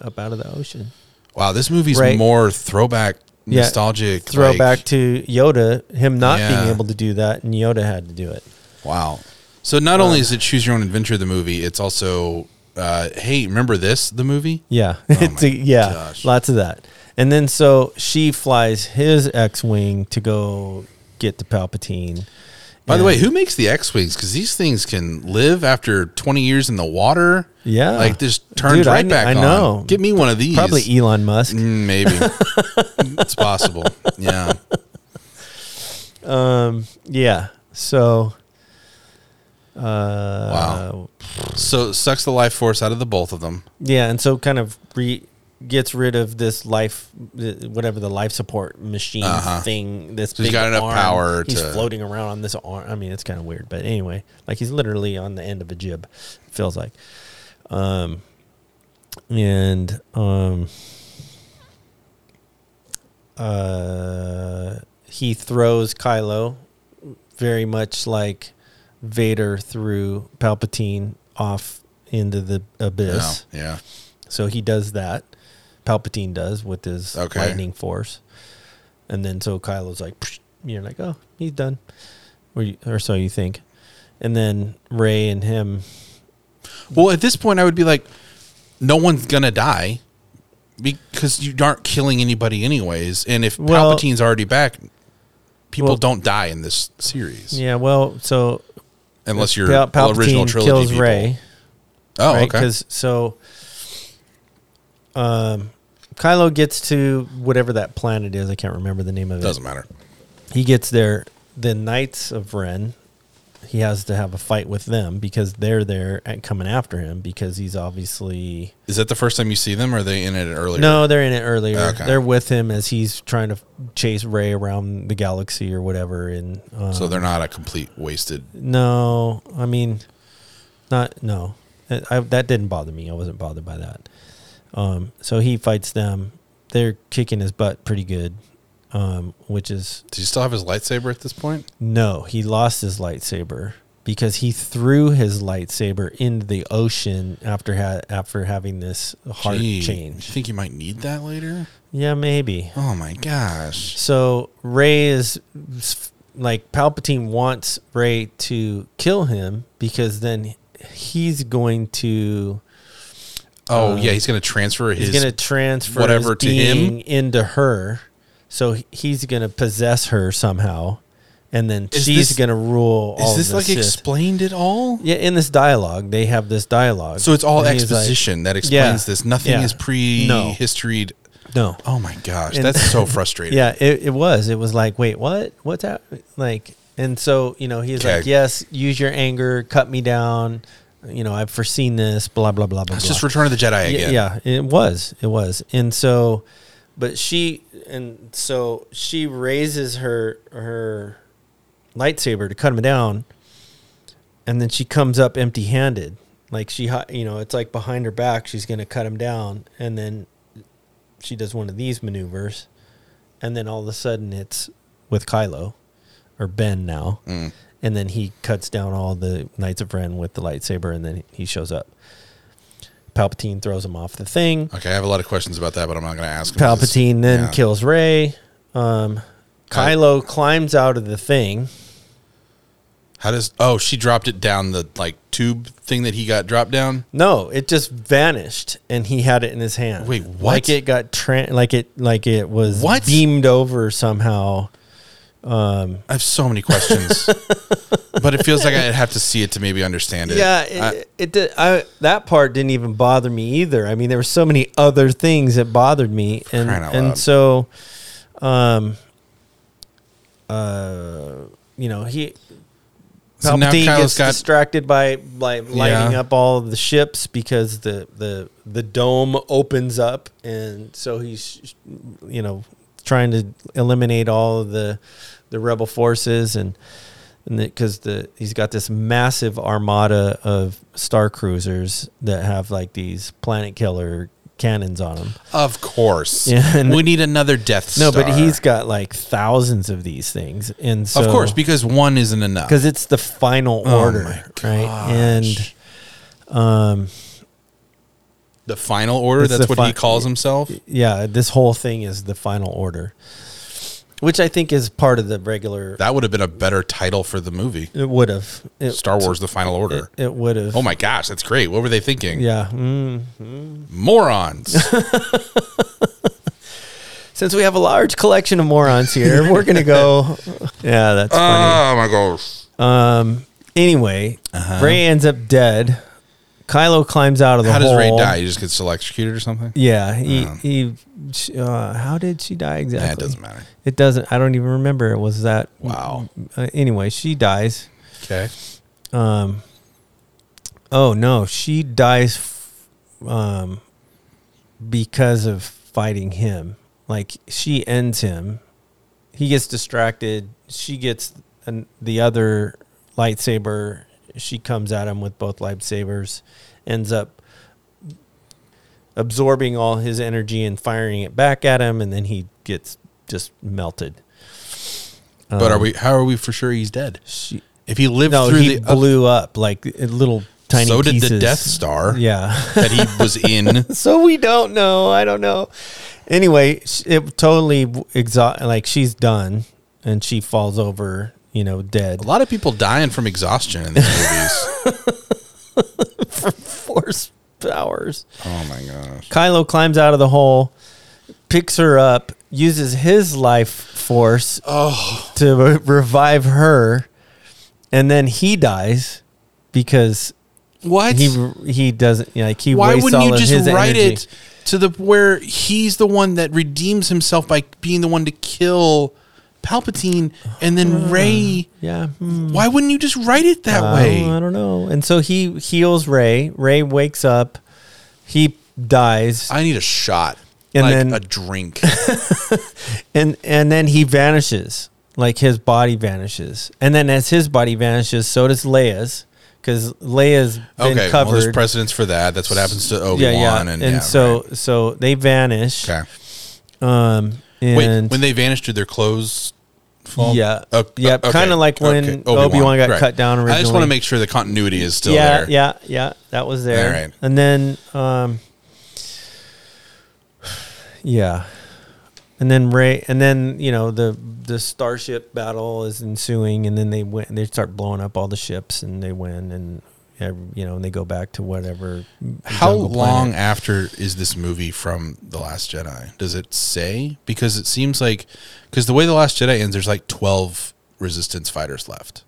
up out of the ocean.
wow, this movie's
Right.
more throwback,
Yeah,
nostalgic.
Throwback
like-
to Yoda, him not
Yeah.
being able to do that, and Yoda had to do it.
Wow. So not
Uh,
only is it choose your own adventure the movie, it's also uh, hey, remember this the movie?
Yeah. It's
Oh my
a- yeah.
gosh.
Lots of that. And then so she flies his X Wing to go get the Palpatine.
By the
And-
way, who makes the X wings? Because these things can live after twenty years in the water.
Yeah.
like this turns
Dude, I
right
kn-
back.
I
on.
know.
Get me one of these.
Probably e- Elon Musk.
Mm, maybe it's possible. Yeah,
Um, yeah. So Uh, wow.
So sucks the life force out of the both of them.
Yeah, and so kind of re gets rid of this life, th- whatever the life support machine
Uh-huh.
thing. This
he's
big
got enough
arm.
power
He's
to-
floating around on this arm. I mean, it's kind of weird, but anyway, like he's literally on the end of a jib. it Feels like, um, and um, uh, he throws Kylo very much like Vader threw Palpatine off into the abyss.
No, yeah.
So he does that. Palpatine does with his
Okay.
lightning force, and then so Kylo's like, "Psh," you're like, oh, he's done, or, you, or so you think, and then Ray and him,
Well, at this point, I would be like, no one's gonna die because you aren't killing anybody anyways. And if
Well-
Palpatine's already back, people
Well-
don't die in this series
yeah, well, so
unless you're
Pal-
original
Palpatine
trilogy.
kills
people.
Ray,
Oh,
right?
okay.
Because so, um, Kylo gets to whatever that planet is. I can't remember the name of it.
Doesn't matter.
he gets there the knights of ren he has to have a fight with them because they're there and coming after him because he's obviously
Is that the first time you see them? Or are they in it earlier?
no they're in it earlier
Okay.
they're with him as he's trying to chase ray around the galaxy or whatever and um,
So they're not a complete wasted.
no i mean not no I, I- that didn't bother me i wasn't bothered by that um, so he fights them they're kicking his butt pretty good um, which is
Does he still have his lightsaber at this point?
No, he lost his lightsaber because he threw his lightsaber into the ocean after ha- after having this heart
Gee, You
change.
think you might need that later?
Yeah, maybe.
Oh my gosh.
So Ray is like Palpatine wants Ray to kill him because then he's going to
Oh
Um,
yeah, he's gonna transfer his.
he's going to transfer
whatever
his
to him?
being into her. So he's going to possess her somehow, and then
Is
she's
this-
going to rule. all
is this
the
like
Sith.
explained at all?
Yeah, in this dialogue, they have this dialogue.
So it's all
And he's like,
exposition that explains
Yeah.
this. Nothing
Yeah.
is pre
No.
historied.
no.
Oh my gosh,
And-
that's so frustrating.
Yeah, it, it was. It was like, wait, what? What's that? Like, and so, you know, he's like,
Okay.
yes, use your anger, cut me down. You know, I've foreseen this, blah, blah, blah, blah.
It's
blah.
just Return of the Jedi
yeah,
again.
yeah, it was. It was. And so, but she, and so she raises her, her lightsaber to cut him down. And then she comes up empty handed. Like she, hi- you know, it's like behind her back, she's going to cut him down. And then she does one of these maneuvers. And then all of a sudden it's with Kylo or Ben now.
Mm.
And then he cuts down all the Knights of Ren with the lightsaber. And then he shows up. Palpatine throws him off the thing.
Okay, I have a lot of questions about that, but I'm not going to ask. 'em 'cause-
Palpatine then
yeah.
kills Ray. Um,
Ky-
Kylo climbs out of the thing.
How does? Oh, she dropped it down the like tube thing that he got dropped down.
No, it just vanished, and he had it in his hand.
Wait, what?
Like it got tran like it like it was
What?
beamed over somehow.
I have so many questions, but it feels like I'd have to see it to maybe understand it.
Yeah,
I-
it, it did. I, that part didn't even bother me either. I mean, there were so many other things that bothered me, and
Crying out
and
loud.
so, um, uh, you know, he
So now
Palpatine
Kylo's
gets
got-
distracted by like lighting
Yeah.
up all of the ships because the the the dome opens up, and so he's you know trying to eliminate all of the the rebel forces and and because the, he's got this massive armada of star cruisers that have like these planet killer cannons on them.
of course.
Yeah, and-
we need another Death
No,
Star.
but he's got like thousands of these things, and so
of course because one isn't enough.
because it's the final
Oh my
order, right? And um,
The final order.
It's
That's
the
what
fi-
he calls himself.
yeah, this whole thing is the final order, which I think is part of the regular.
That would have been a better title for the movie.
It would have
Star Wars: The Final Order.
It, it would have.
oh my gosh, that's great. What were they thinking?
Yeah. Mm.
Morons.
Since we have a large collection of morons here, we're gonna go. Yeah, that's funny.
oh my gosh.
Um. Anyway, Ray ends up dead. Kylo climbs out of the
Uh-huh. How does Ray
hole.
die? He just gets electrocuted or something?
Yeah. He.
Um,
he. sh- Uh, how did she die exactly?
Nah, it doesn't matter.
It doesn't. I don't even remember. It was that.
Wow.
Uh, anyway, she dies.
Okay.
um, oh no, she dies f- um, because of fighting him. Like she ends him. He gets distracted. She gets an, the other lightsaber. She comes at him with both lightsabers. Ends up absorbing all his energy and firing it back at him, and then he gets just melted.
but are we? How are we for sure he's dead?
She,
If he lived
Um, no,
through
he
the
blew up like in little tiny.
so did the
pieces.
Death Star
Yeah.
that he was in.
so we don't know. I don't know. Anyway, sh- it totally exhaust. Like she's done, and she falls over. You know, dead.
A lot of people dying from exhaustion in these movies.
Force powers.
oh my gosh!
Kylo climbs out of the hole, picks her up, uses his life force
Oh,
to re- revive her, and then he dies because
What?
he he doesn't like he.
Why
wastes
wouldn't
all
you
of
just
his
write
energy.
it to the where he's the one that redeems himself by being the one to kill Palpatine and
Uh.
then Ray?
Yeah. hmm.
Why wouldn't you just write it that
Oh, I
way?
don't know. And so he heals Ray. Ray wakes up. He dies,
I need a shot
And
like
then-
a drink.
and and then he vanishes. Like his body vanishes, and then as his body vanishes, so does Leia's, because Leia's been
okay, well,
covered.
there's precedence for that. That's what happens to Obi
yeah,
Wan,
yeah,
and,
and,
yeah,
so so they vanish.
right. okay.
Um,
Wait,
and
when they vanished, did their clothes fall?
Yeah.
Oh,
Yep,
okay.
kinda like when Obi-Wan got cut down
I just want
originally.
to make sure the continuity is still
yeah,
there.
yeah, yeah. That was there.
All right.
And then, um, yeah, and then Ray, and then you know the the starship battle is ensuing, and then they win. They start blowing up all the ships, and they win, and ev- you know, and they go back to whatever.
How
jungle
long
planet.
after is this movie from The Last Jedi? Does it say? Because it seems like because the way The Last Jedi ends, there's like twelve Resistance fighters left.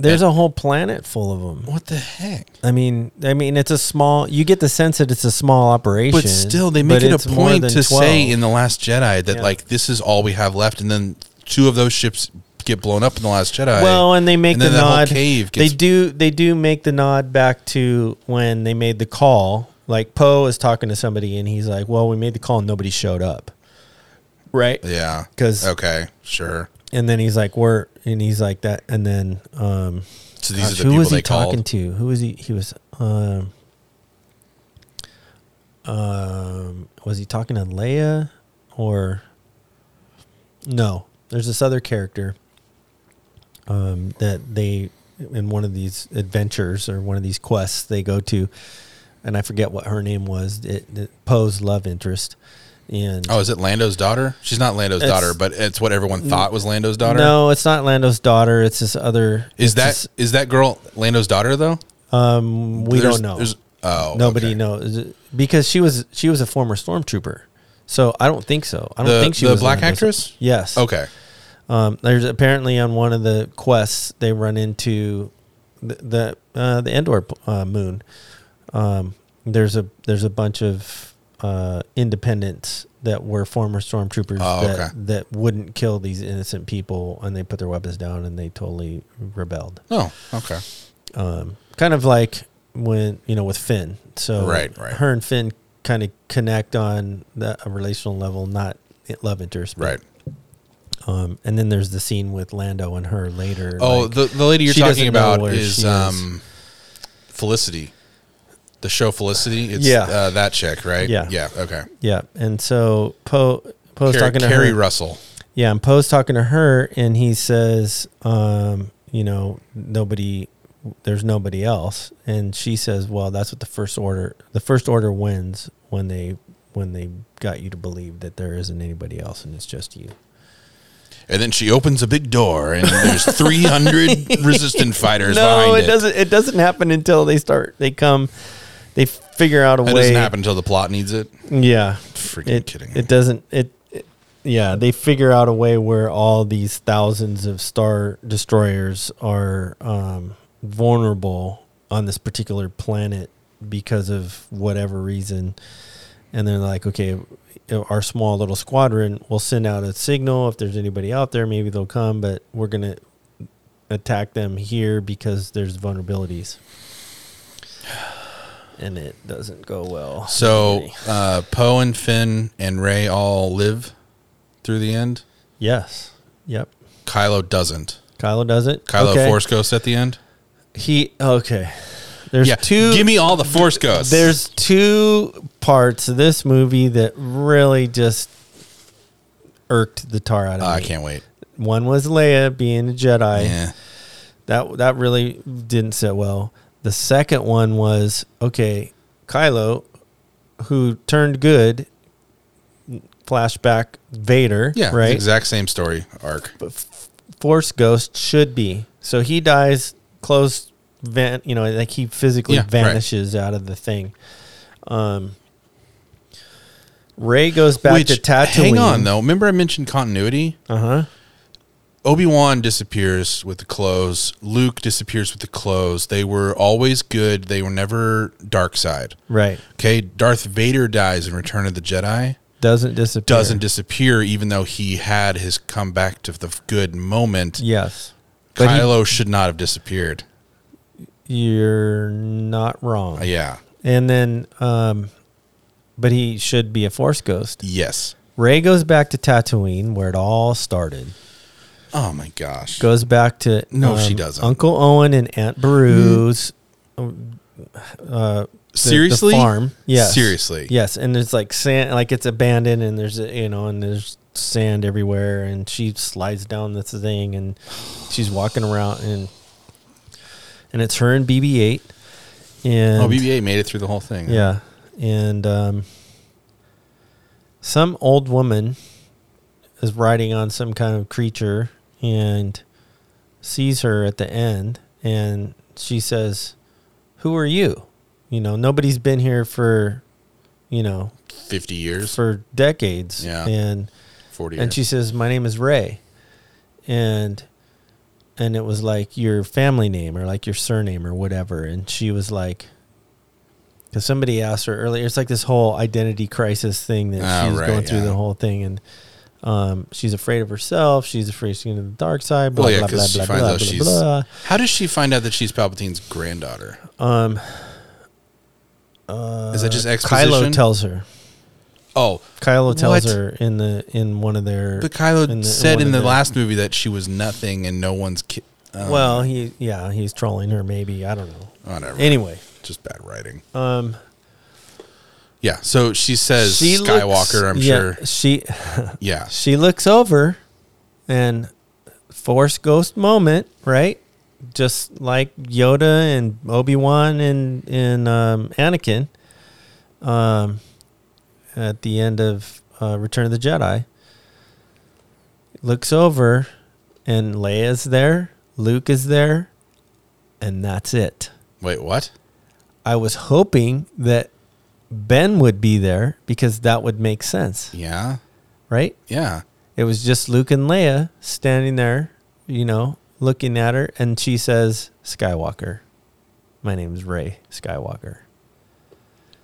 There's a whole planet full of them.
What the heck?
I mean, I mean, it's a small. You get the sense that it's a small operation,
But still, they
but
make it
it's
a
more
point
than
to
12.
say in The Last Jedi that
Yeah.
like this is all we have left, and then two of those ships get blown up in The Last Jedi.
Well, and they make
and
the
then that whole
nod.
cave gets-
they do. They do make the nod back to when they made the call. Like Poe is talking to somebody, and he's like, "Well, we made the call, and nobody showed up." Right.
yeah,
'Cause-
okay, sure.
And then he's like, "We're," and he's like that, and then um,
So these
gosh,
are the
who
people
was he
they
talking
called.
to? Who was he? He was. Um, um, was he talking to Leia or no? There's this other character um, that they in one of these adventures or one of these quests they go to, and I forget what her name was. It, it Poe's love interest, and
Oh, is it Lando's daughter? She's not Lando's
It's-
daughter, but it's what everyone thought was Lando's daughter.
no, it's not Lando's daughter. It's this other.
Is
it's
that is
this-
that girl Lando's daughter though?
um, we
There's-
don't know.
there's- Oh,
Nobody
okay.
knows because she was she was a former stormtrooper. So I don't think so. I don't
The-
think she
the
was
black
Lando's-
actress?
Yes.
Okay,
Um, there's apparently on one of the quests they run into the the, uh, the Endor uh, moon. Um, there's a there's a bunch of uh, independents that were former stormtroopers
Oh,
that,
okay.
that wouldn't kill these innocent people, and they put their weapons down and they totally rebelled
oh, okay,
um, kind of like when you know with Finn. So
Right, right.
Her and Finn kind of connect on the, a relational level, not love interest, but,
right.
Um, and then there's the scene with Lando and her later.
Oh,
like-
the the lady you're
she
talking
doesn't know
about
where
is,
she is.
um, Felicity, the show Felicity. It's
Yeah.
uh, that chick, right?
Yeah.
yeah. Okay,
yeah, and so Poe Poe's
Car-
talking to
Carrie
her.
Russell.
Yeah, and Poe's talking to her, and he says, um, you know, nobody, there's nobody else, and she says, well, that's what the first order, the first order wins when they when they got you to believe that there isn't anybody else and it's just you.
And then she opens a big door, and there's 300 resistant fighters
No,
behind
it
it.
doesn't. It doesn't happen until they start. They come. They figure out a
That
way.
doesn't happen until the plot needs it.
Yeah,
Freaking
it,
kidding.
It doesn't. It, it. Yeah, they figure out a way where all these thousands of star destroyers are um, vulnerable on this particular planet because of whatever reason, and they're like, okay, you know, our small little squadron will send out a signal if there's anybody out there. Maybe they'll come, but we're gonna attack them here because there's vulnerabilities. And it doesn't go well.
So uh, Poe and Finn and Ray all live through the end.
Yes. Yep.
Kylo doesn't.
Kylo does it.
Kylo
okay.
Force Ghost at the end.
He okay. There's
yeah,
two
Give me all the Force Ghosts.
There's two parts of this movie that really just irked the tar out
Oh,
of me.
I can't wait.
One was Leia being a Jedi.
Yeah.
That that really didn't sit well. The second one was okay, Kylo, who turned good. Flashback Vader.
Yeah.
right.
Right. Exact same story arc.
Force Ghost should be. So he dies close van you know, like he physically
Yeah, right.
vanishes out of the thing. Um Ray goes back to Tatooine.
Hang on though. Remember I mentioned continuity.
Uh-huh.
Obi Wan disappears with the clothes. Luke disappears with the clothes. They were always good. They were never dark side.
Right.
Okay. Darth Vader dies in Return of the Jedi.
Doesn't disappear.
Doesn't disappear, even though he had his comeback to the good moment.
Yes. But he-
Kylo should not have disappeared.
you're not wrong.
Uh, Yeah.
and then um but he should be a Force Ghost.
Yes.
Ray goes back to Tatooine where it all started.
Oh my gosh.
goes back to um,
No, she doesn't.
Uncle Owen and Aunt Beru's the- the
Seriously?
farm. Yes,
Seriously.
Yes, and it's like sand, like it's abandoned, and there's uh, you know, and there's sand everywhere, and she slides down this thing, and she's walking around, and and it's her and BB-8, and
Oh, BB-8 made it through the whole thing.
yeah, and um, some old woman is riding on some kind of creature and sees her at the end, and she says, "Who are you? You know, nobody's been here for, you know,
Fifty years,
for decades."
Yeah.
and
forty.
and
years.
she says, "My name is Ray," and and it was like your family name or like your surname or whatever. And she was like, because somebody asked her earlier, it's like this whole identity crisis thing that
Ah,
she's
right,
going through
yeah.
the whole thing, and um, she's afraid of herself. She's afraid she's going to the dark side. Blah
Well, yeah,
blah blah
because she
blah
finds
blah
out
blah,
she's.
blah.
How does she find out that she's Palpatine's granddaughter?
Um,
Is that just exposition?
Uh, Kylo tells her.
Oh,
Kylo tells
What?
her in the in one of their.
but Kylo
in the- in
said
one
in
of
the
their-
last movie that she was nothing and no one's. Ki- uh,
Well, he yeah, he's trolling her. Maybe I don't know.
whatever.
Anyway,
just bad writing.
um,
yeah. So she says Skywalker.
looks-
I'm
yeah,
sure.
She
Yeah.
she looks over and force ghost moment, right? Just like Yoda and Obi Wan and and um, Anakin, um, at the end of uh, Return of the Jedi, looks over, and Leia's there, Luke is there, and that's it.
Wait, what?
I was hoping that Ben would be there because that would make sense,
Yeah.
right?
Yeah.
It was just Luke and Leia standing there, you know, looking at her, and she says, Skywalker. My name's Ray Skywalker.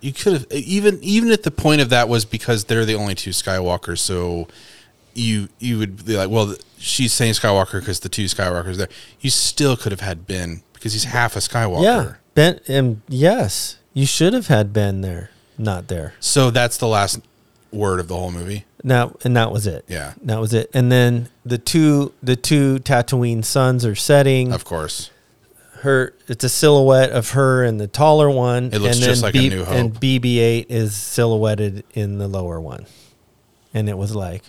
You could have even even at the point of that was because they're the only two Skywalkers, so you you would be like, well, th- she's saying Skywalker because the two Skywalkers there. You still could have had Ben because he's half a Skywalker.
Yeah. Ben and yes, you should have had Ben there, not there.
So that's the last word of the whole movie.
Now and that was it.
Yeah.
That was it. And then the two the two Tatooine sons are setting.
Of course.
her it's a silhouette of her and the taller one.
It looks
and
just like a New Hope.
And BB eight is silhouetted in the lower one. And it was like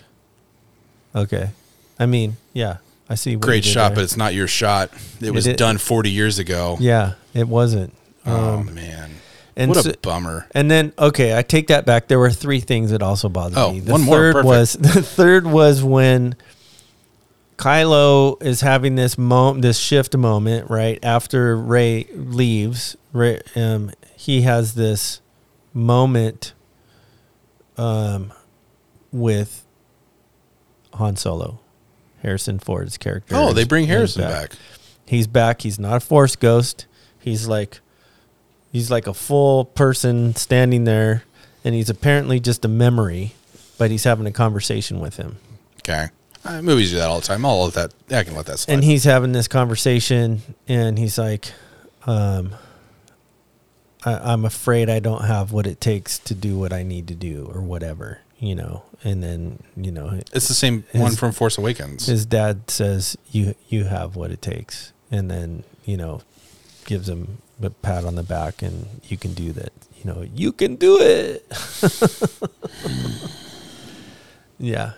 Okay. I mean, yeah. I see what you
Great
did
shot, but
there.
it's not your shot. It was
it-
done 40 years ago.
Yeah, it wasn't.
oh man.
and
what a
so-
bummer.
And then okay, I take that back. There were three things that also bothered
Oh,
me. The
one more.
third
Perfect.
was the third was when Kylo is having this moment, this shift moment, right after Ray leaves. Ray, um, he has this moment um, with Han Solo, Harrison Ford's character.
Oh, they
is-
bring
is
Harrison back.
he's back. He's not a force ghost. He's like he's like a full person standing there and he's apparently just a memory, but he's having a conversation with him.
Okay. Uh, movies do that all the time. I'll let that. I can let that slide.
and he's having this conversation and he's like um I, i'm afraid i don't have what it takes to do what i need to do or whatever you know and then you know
it's the same one
his-
from Force Awakens.
his dad says you you have what it takes and then you know gives him a pat on the back and you can do that you know you can do it yeah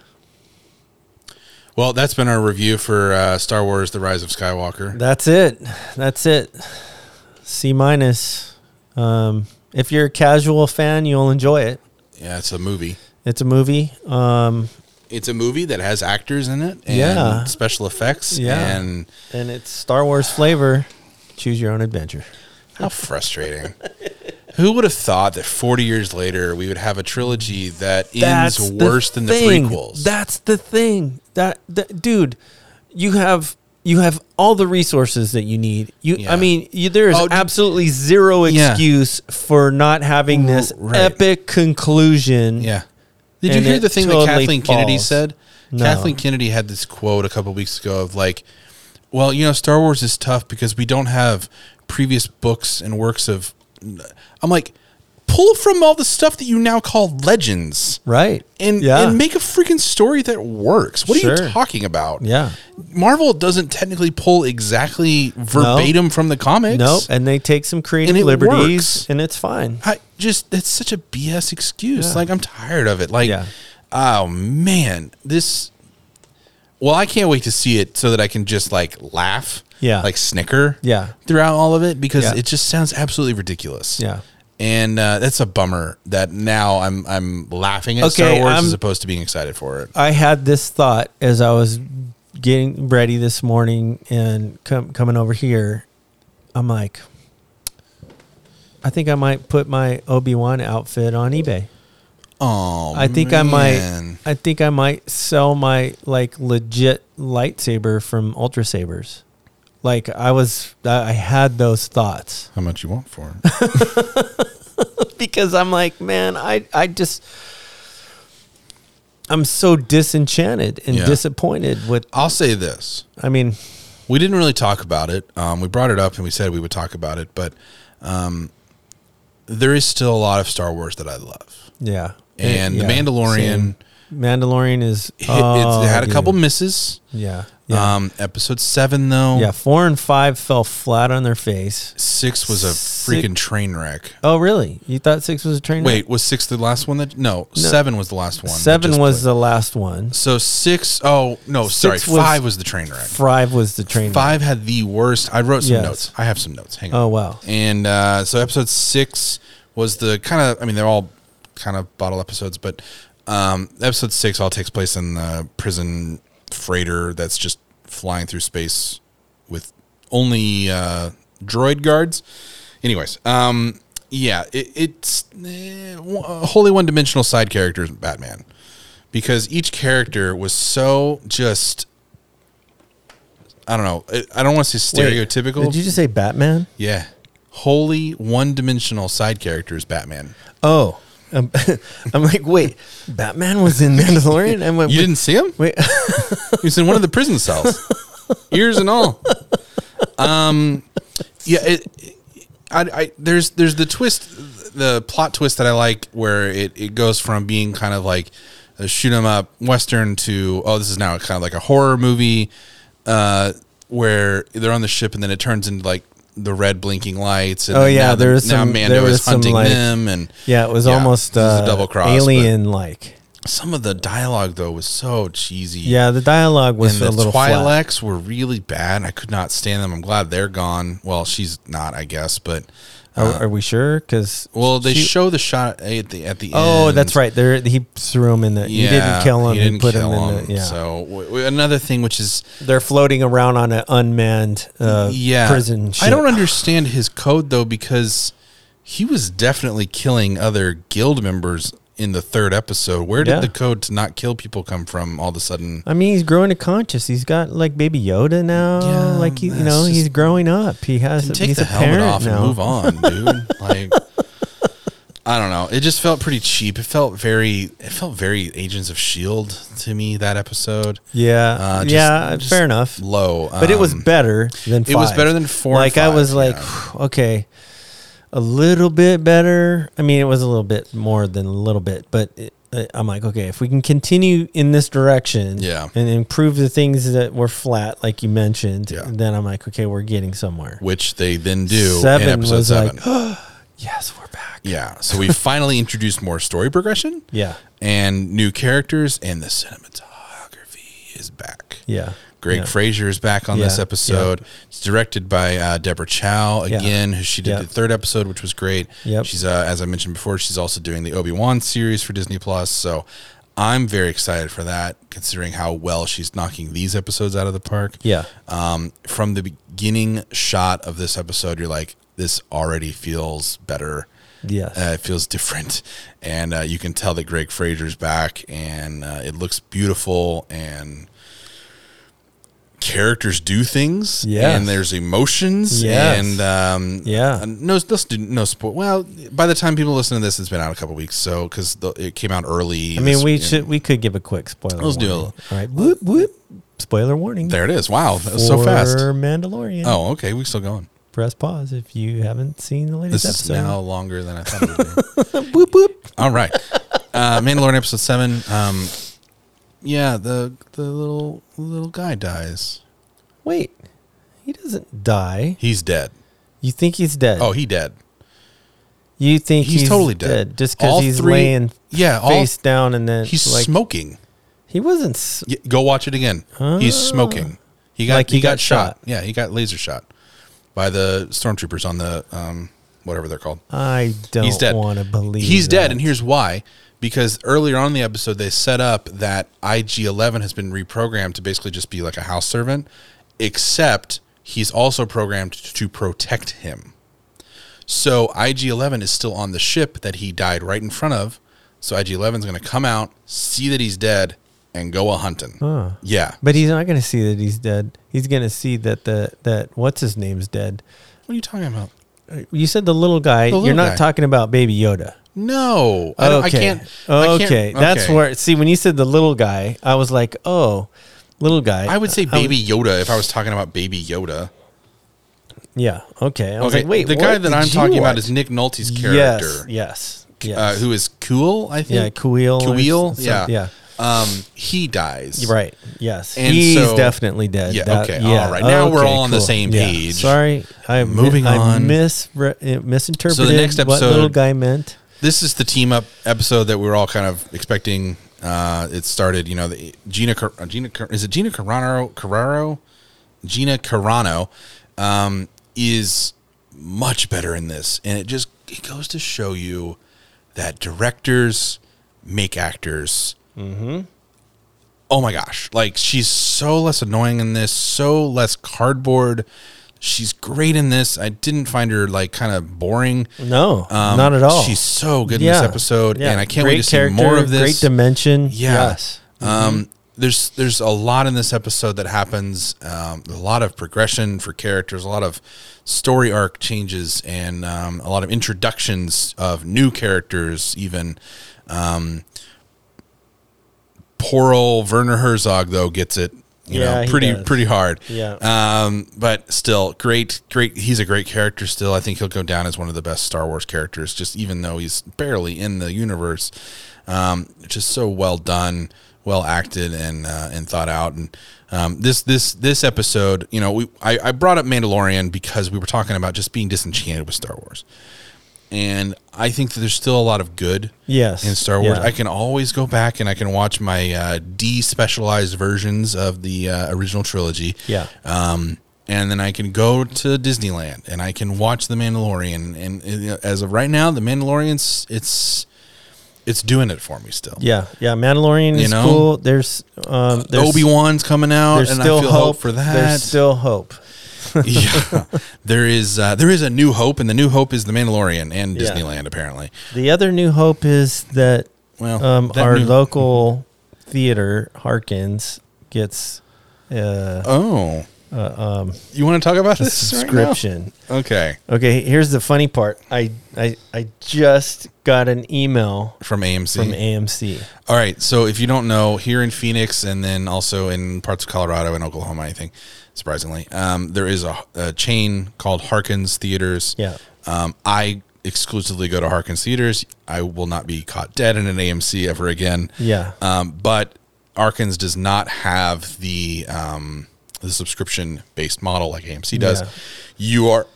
well, that's been our review for uh, Star Wars: The Rise of Skywalker.
That's it. That's it. C minus. Um, if you're a casual fan, you'll enjoy it.
yeah, it's a movie.
It's a movie. Um,
It's a movie that has actors in it and
Yeah.
special effects.
Yeah.
and
and it's Star Wars flavor. Choose your own adventure.
how frustrating. Who would have thought that 40 years later we would have a trilogy that ends worse than the
thing.
prequels?
That's the thing. That, that dude, you have you have all the resources that you need. You,
Yeah.
I mean, you, there is
Oh, d-
absolutely zero
Yeah.
excuse for not having this
R- right.
epic conclusion.
Yeah. Did you
And
hear
it
the thing that
totally
Kathleen Kennedy
falls.
said?
No.
Kathleen Kennedy had this quote a couple weeks ago of like, well, you know, Star Wars is tough because we don't have previous books and works of. I'm like, pull from all the stuff that you now call legends.
Right.
And,
yeah.
and make a freaking story that works. What are
Sure.
you talking about?
Yeah.
Marvel doesn't technically pull exactly verbatim from the comics.
No, and they take some creative
And it
liberties,
works.
and it's fine.
I just that's such a BS excuse.
Yeah.
Like I'm tired of it. Like
Yeah.
oh man, this well, I can't wait to see it so that I can just like laugh.
Yeah.
Like snicker.
Yeah.
Throughout all of it because
Yeah.
it just sounds absolutely ridiculous.
Yeah.
And uh, that's a bummer that now I'm I'm laughing at
Okay,
Star Wars
I'm-
as opposed to being excited for it.
I had this thought as I was getting ready this morning and com- coming over here. I'm like, I think I might put my Obi Wan outfit on eBay.
Oh,
I think I
man.
might. I think I might sell my like legit lightsaber from Ultra Sabers. Like I was, I I had those thoughts.
How much you want for? it?
because I'm like, man, I, I just, I'm so disenchanted and
Yeah.
disappointed with,
I'll say this.
I mean,
We didn't really talk about it. Um, we brought it up and we said we would talk about it, but um, there is still a lot of Star Wars that I love,
yeah.
and
Yeah,
The Mandalorian.
same. Mandalorian is,
Hit,
oh,
it's, it had a
dude.
couple misses.
Yeah. Yeah.
Um, episode seven, though,
yeah. Four and five fell flat on their face.
six was a
Six-
freaking train wreck.
Oh, really? You thought six was a train? wreck?
Wait, was six the last one that? No, seven was the last one. that
Seven
just
was
played.
the last one.
so six. Oh no, sorry,
Six was-
five was the train wreck.
Five was the train. wreck.
Five had the worst. I wrote some
Yes.
notes. I have some notes. Hang on.
Oh, wow.
And uh, so episode six was the kind of, I mean, they're all kind of bottle episodes, but um, episode six all takes place in the prison freighter that's just flying through space with only uh, droid guards. Anyways, um, yeah, it, it's eh, w- a wholly one dimensional side characters, in Batman, because each character was so just. I don't know. I- I don't want to say
Wait,
stereotypical.
Did you just say Batman?
Yeah. Wholly one dimensional side character is Batman.
Oh. Um, I'm like, wait, Batman was in Mandalorian? I went,
You
wait-
didn't see him?
wait.
He was in one of the prison cells, ears and all. Um, yeah, it, I, I, there's there's the twist, the plot twist that I like, where it, it goes from being kind of like a shoot 'em up western to oh, this is now kind of like a horror movie, uh, where they're on the ship and then it turns into like the red blinking lights. And
Oh,
then
yeah,
now the-
there was
now
some-
Mando
there was
is
some,
hunting
like-
them, and
Yeah, it was
Yeah,
almost
this is a
uh,
double cross, but-
alien like.
some of the dialogue though was so cheesy.
Yeah, the dialogue was
and
a
the
little flat.
Twi'leks were really bad. I could not stand them. I'm glad they're gone. Well, she's not, I guess, but uh,
Are, are we sure? Because
well, they
She-
show the shot at the at the
oh,
end.
that's right. There he threw him in the. he didn't kill him. He, put him in the. Yeah,
So w- w- another thing, which is
they're floating around on an unmanned uh,
yeah,
prison ship.
I don't understand his code though because he was definitely killing other guild members in the third episode. Where did
Yeah.
the code to not kill people come from? All of a sudden,
I mean, he's growing a conscious. He's got like Baby Yoda now.
Yeah,
like he, you
that's
know,
just-
he's growing up. He has.
Then take
he's
the
a
helmet
parent
off
now.
and move on, dude. like, I don't know. It just felt pretty cheap. It felt very, it felt very Agents of Shield E to me that episode.
Yeah,
Uh, just-
yeah,
just
fair enough.
Low,
But it was
um,
better than. Five.
it was better than four and
Like I was
five,
like, okay, a little bit better. I mean, it was a little bit more than a little bit, but it, uh, I'm like, okay, if we can continue in this direction,
Yeah.
and improve the things that were flat, like you mentioned,
Yeah.
then I'm like, okay, we're getting somewhere.
which they then do
Seven
in episode
was
seven.
like, oh, yes, we're back.
yeah, so we finally introduced more story progression
Yeah,
and new characters, and the cinematography is back.
yeah.
Greg
Yeah.
Fraser is back on
Yeah,
this
yeah.
episode. It's directed by uh, Deborah Chow
Yeah.
again, who she did
Yep.
the third episode, which was great.
Yep.
She's uh, as I mentioned before, she's also doing the Obi Wan series for Disney Plus. So I'm very excited for that, considering how well she's knocking these episodes out of the park.
Yeah.
Um, from the beginning shot of this episode, you're like, this already feels better.
Yes.
Uh, it feels different, and uh, you can tell that Greg Fraser's back, and uh, it looks beautiful, and characters do things,
Yes.
and there's emotions,
Yes.
and um,
Yeah.
uh, no, no, stu- no sport. Well, by the time people listen to this, it's been out a couple weeks, so because it came out early.
I mean, we should we could give a quick spoiler.
Let's do a
warning.
little-
All right, whoop whoop. Spoiler warning.
There it is. Wow, that was so fast.
For Mandalorian.
Oh, okay, we're still going.
press pause if you haven't seen the latest
This is
episode. Oh,
now longer than I thought it would be.
Boop, boop.
All right, uh, Mandalorian episode seven. Um, yeah, the the little little guy dies.
Wait, he doesn't die.
He's dead.
You think he's dead?
Oh, he dead.
you think
He's
he's,
totally dead.
just
All
because he's
three-
laying
Yeah, all,
face down and then
he's
like
smoking.
he wasn't. s-
Y- Go watch it again. he's smoking. He got
Ah. Like
he,
he
got,
got
shot.
shot.
Yeah, he got laser shot by the stormtroopers on the um whatever they're called.
I don't
he's dead.
want to believe
he's dead,
that.
and here's why. Because earlier on in the episode, they set up that IG Eleven has been reprogrammed to basically just be like a house servant, except he's also programmed to protect him. So IG Eleven is still on the ship that he died right in front of. So IG Eleven's going to come out, see that he's dead, and go a hunting.
Huh.
Yeah,
But he's not going to see that he's dead. He's going to see that the that what's his name's dead.
what are you talking about?
You said the little guy.
little
You're not
guy.
talking about Baby Yoda.
No, I, don't- I
Okay.
can't. I
Okay.
can't-
That's
okay.
where. See, when you said the little guy, I was like, oh, little guy.
I would say
w-
Baby Yoda if I was talking about Baby Yoda.
Yeah. Okay. I was
Okay,
like, wait.
the
what
guy that
did
I'm
you
talking about
watch?
is Nick Nolte's character,
Yes. Yes.
Uh,
yes.
who is Cool, I
yeah.
think.
Kuil. or
Kuil,
some-
yeah,
Yeah.
Um, he dies,
Right. Yes.
And
He's
so-
definitely dead.
Yeah, okay, all right. Now we're all on the same
Yeah.
page.
Sorry. I'm
Moving
I
on.
misre- uh, misinterpreted
next
what little
episode-
guy meant.
This is the team up episode that we were all kind of expecting. Uh, it started, you know, the, Gina Car- uh, Gina Car- is it Gina Carano Carraro? Gina Carano um, is much better in this, and it just it goes to show you that directors make actors. oh my gosh like she's so less annoying in this so less cardboard she's great in this i didn't find her like kind of boring
No,
Um,
not at all.
she's so good in this episode
Yeah.
and i can't
Great
wait to see more
character,
of this
Great dimension.
yeah.
Yes. Mm-hmm.
Um, there's there's a lot in this episode that happens. Um, a lot of progression for characters, a lot of story arc changes, and um, a lot of introductions of new characters. Even um, poor old Werner Herzog though gets it. You
Yeah,
know,
he
pretty
does.
pretty hard.
Yeah.
Um, but still, great, great. He's a great character. Still, I think he'll go down as one of the best Star Wars characters. Just even though he's barely in the universe, um, just so well done, well acted, and uh, and thought out. And um, this this this episode, you know, we I, I brought up Mandalorian because we were talking about just being disenchanted with Star Wars, and I think that there's still a lot of good
Yes.
in Star Wars.
Yeah.
I can always go back and I can watch my uh, despecialized versions of the uh, original trilogy.
Yeah.
Um, and then I can go to Disneyland and I can watch The Mandalorian. And, and, uh, as of right now, The Mandalorian's it's it's doing it for me still.
Yeah, yeah. Mandalorian
You
is
know?
cool. There's um, there's,
Obi Wan's coming out,
There's
and
still
I feel
hope.
hope, for that.
There's still hope.
yeah, there is uh, there is a new hope, and the new hope is the Mandalorian and
Yeah.
Disneyland. Apparently,
The other new hope is that
well,
um,
Oh, that
our
new-
local theater Harkins gets uh, um,
oh You want to talk about this
subscription.
Right now? Okay,
Okay, here's the funny part. I, I I just got an email
from AMC.
from AMC.
All right. So if you don't know, here in Phoenix and then also in parts of Colorado and Oklahoma, I think, surprisingly, um, there is a, a chain called Harkins Theaters.
Yeah.
Um, I exclusively go to Harkins Theaters. I will not be caught dead in an AMC ever again.
Yeah.
Um, but Harkins does not have the um, the subscription based model like AMC does.
Yeah.
You are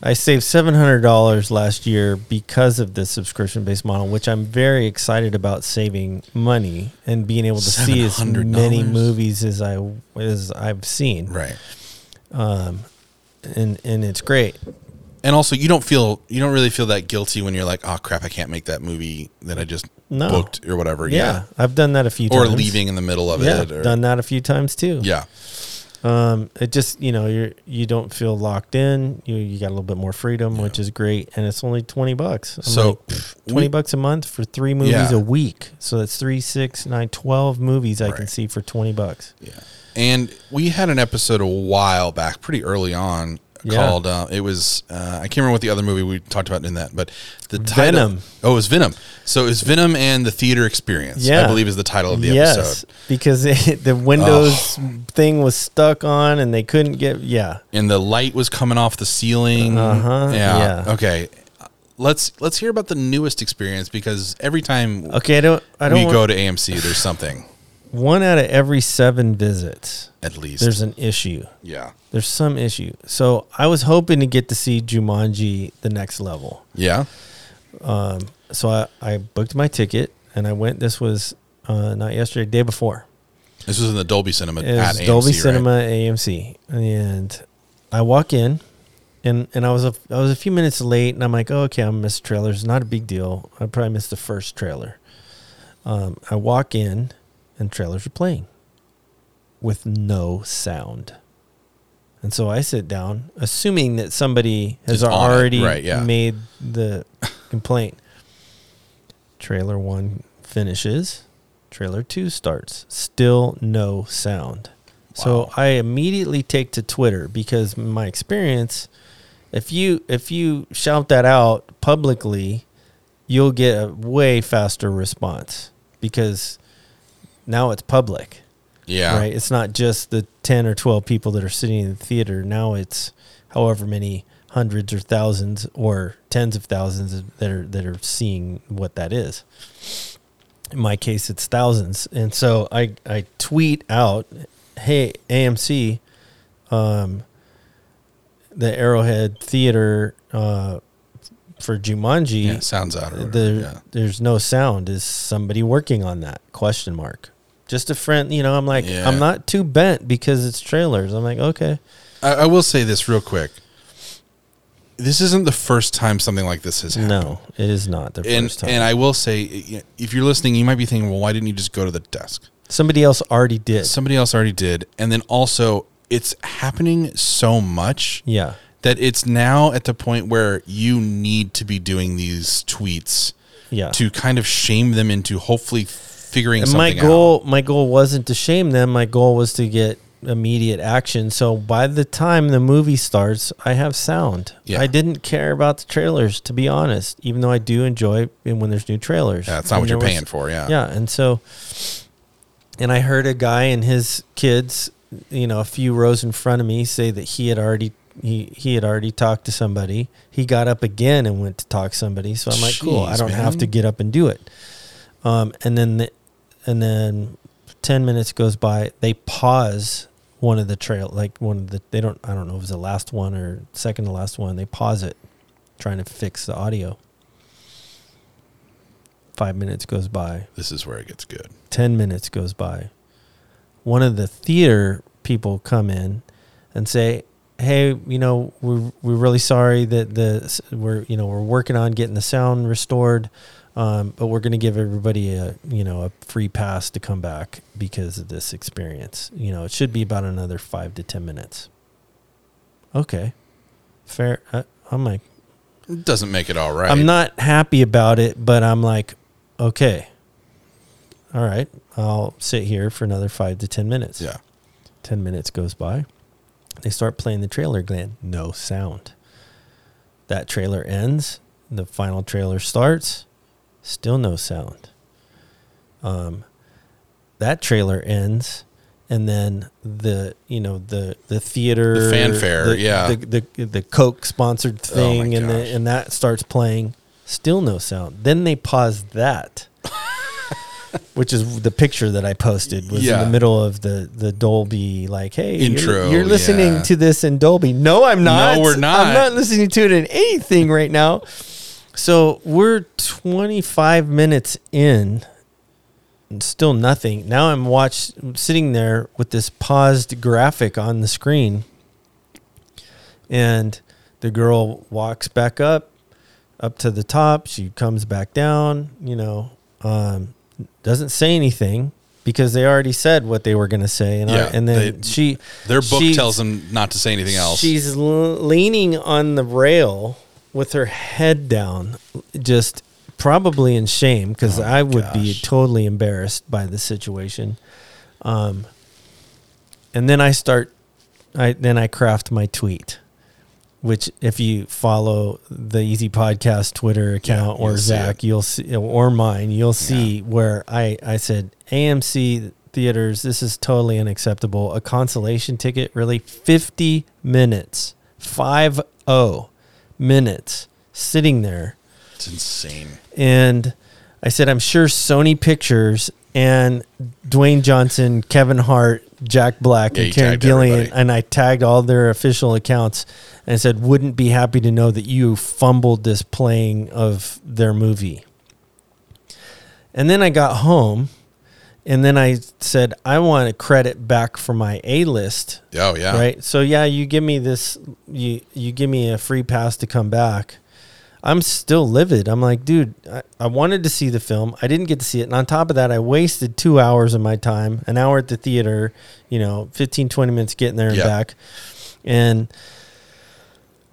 I saved seven hundred dollars last year because of this subscription based model, which I'm very excited about saving money and being able to see as many
$700?
movies as I as I've seen.
right.
And and it's great.
and also you don't feel you don't really feel that guilty when you're like oh crap i can't make that movie that i just
No.
booked or whatever
Yeah.
yeah,
I've done that a few
or
times.
leaving in the middle of
Yeah,
it or
done that a few times too.
yeah
Um, it just you know you're you don't feel locked in. You you got a little bit more freedom, which is great, and it's only twenty bucks. I'm
So,
like, pff, twenty
we-
bucks a month for three movies
Yeah.
a week. So that's three, six, nine, twelve movies I can
Right.
see for twenty bucks.
yeah and we had an episode a while back pretty early on
Yeah.
called uh, it was uh, i can't remember what the other movie we talked about in that but the title
Venom.
oh it was venom so it was venom and the theater experience i
Yeah.
believe is the title of the
Yes,
episode Oh.
because it, the Windows thing was stuck on and they couldn't get. Yeah,
and the light was coming off the ceiling.
Uh-huh,
Yeah.
yeah.
Okay. Let's let's hear about the newest experience because every time
okay. I don't. I
we
don't.
go
Want,
to AMC, there's something
one out of every seven visits,
at least.
there's an issue.
yeah.
There's some issue. So I was hoping to get to see Jumanji: The Next Level.
Yeah.
so I, I booked my ticket and I went. This was uh, not yesterday, day before.
This was in the Dolby Cinema
It
at
was
AMC.
Dolby
right?
Cinema AMC, and I walk in, and and I was a I was a few minutes late, and I'm like, oh, okay, I missed trailers. Not a big deal. I probably missed the first trailer. Um, I walk in, and trailers are playing with no sound. And so I sit down, assuming that somebody has
Is on it,
already
right, yeah.
made the complaint. Trailer one finishes, trailer two starts. Still no sound. So
Wow.
I immediately take to Twitter because my experience, if you if you shout that out publicly, you'll get a way faster response because now it's public
Yeah.
right? It's not just the 10 or 12 people that are sitting in the theater. Now it's however many hundreds or thousands or tens of thousands that are that are seeing what that is. In my case it's thousands. And so I I tweet out, "Hey AMC, um the Arrowhead Theater uh for Jumanji
Yeah, sounds out. Or whatever,
the
yeah.
there's no sound is somebody working on that question mark just a friend you know i'm like
Yeah.
i'm not too bent because it's trailers i'm like okay
I, I will say this real quick. This isn't the first time something like this has happened.
no it is not the
And,
first time
and I will say, if you're listening, you might be thinking, well, why didn't you just go to the desk?
somebody else already did
somebody else already did and then also it's happening so much
yeah
that it's now at the point where you need to be doing these tweets
yeah
to kind of shame them into hopefully figuring
and my
something out
goal my goal wasn't to shame them my goal was to get immediate action so by the time the movie starts i have sound
Yeah.
i didn't care about the trailers to be honest even though i do enjoy and when there's new trailers
yeah, that's not
And
what you're
there was-
paying for yeah
yeah and so and i heard a guy and his kids you know a few rows in front of me say that he had already he, he had already talked to somebody he got up again and went to talk to somebody so i'm like cool i
Jeez,
don't have
man.
to get up and do it um, and then the, and then 10 minutes goes by they pause one of the trail like one of the they don't i don't know if it was the last one or second to last one they pause it trying to fix the audio five minutes goes by
this is where it gets good
10 minutes goes by. One of the theater people come in and say, "Hey, you know, we're we're really sorry that the we're you know we're working on getting the sound restored, um, but we're going to give everybody a you know a free pass to come back because of this experience. You know, it should be about another five to ten minutes. Okay, fair. I, I'm like,
it doesn't make it all right
I'm not happy about it, but I'm like, okay, all right, I'll sit here for another five to 10 minutes.
yeah
10 minutes goes by. They start playing the trailer again. No sound. That trailer ends. The final trailer starts. Still no sound. Um, that trailer ends, and then the you know the the theater
The fanfare,
the-
yeah. Oh
the the, the Coke sponsored thing, and the,
gosh.
and that starts playing. Still no sound. Then they pause that. Which is the picture that I posted was in
Yeah.
the middle of the the Dolby like hey you're-
Intro,
You're, listening
yeah.
to this in Dolby. No, I'm not.
No, we're not.
I'm not listening to it in anything right now. So we're 25 minutes in, and still nothing. Now I'm watch sitting there with this paused graphic on the screen, and the girl walks back up, up to the top. She comes back down. You know, um, doesn't say anything. Because they already said what they were going to say, and, I-
Yeah,
and then
they-
she
Their book
she-
tells them not to say anything else.
She's l- leaning on the rail with her head down, just probably in shame
Oh,
because I would be totally embarrassed by the situation. Um, and then I start, I then I craft my tweet, which if you follow the Easy Podcast Twitter account
Yeah,
or
you'll see
Zach,
it.
you'll see or mine, you'll see where I I said AMC theaters. This is totally unacceptable. A consolation ticket, really, fifty minutes, five oh minutes sitting there
it's insane.
and I said, I'm sure Sony Pictures and Dwayne Johnson, Kevin Hart, Jack Black,
Yeah,
and
you
Karen
tagged
Gillian,
everybody.
and I tagged all their official accounts and said, wouldn't be happy to know that you fumbled this playing of their movie. And then I got home, and then I said, I want a credit back for my A list
Oh yeah.
right so yeah you give me this you you give me a free pass to come back i'm still livid i'm like dude I, I wanted to see the film i didn't get to see it and on top of that i wasted two hours of my time an hour at the theater you know 15 20 minutes getting there and
Yeah.
back and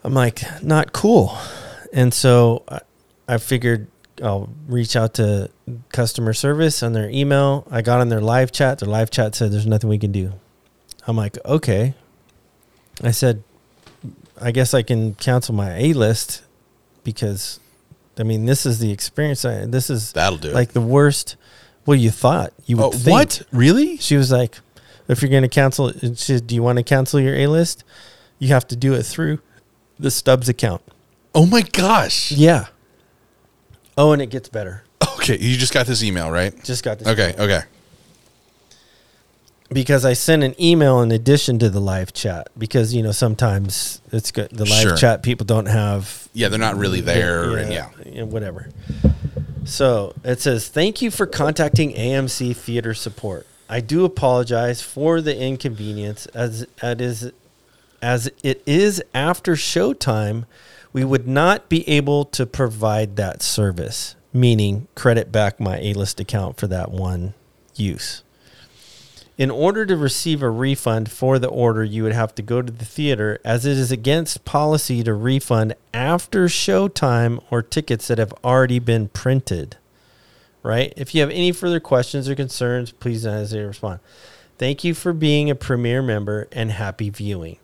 i'm like not cool and so I, I figured I'll reach out to customer service on their email. I got on their live chat. Their live chat said there's nothing we can do. I'm like, okay. I said, I guess I can cancel my A list because, I mean, this is the experience. I, this is
That'll do. it.
like the worst. Well, you thought you would
oh,
think.
what? Really?
She was like, if you're going to cancel, she said, do you want to cancel your A list? You have to do it through the Stubbs account.
Oh my gosh.
Yeah. Oh, and it gets better.
Okay, you just got this email, right?
Just got this.
Okay, okay.
Because I sent an email in addition to the live chat because you know sometimes it's good the live
Sure.
chat people don't have
Yeah, they're not really there, and yeah.
and whatever. So it says, Thank you for contacting AMC Theater Support. I do apologize for the inconvenience as it is, as it is after showtime. We would not be able to provide that service, meaning credit back my A list account for that one use. In order to receive a refund for the order, you would have to go to the theater, as it is against policy to refund after showtime or tickets that have already been printed. Right? If you have any further questions or concerns, please don't hesitate to respond. Thank you for being a premier member and happy viewing.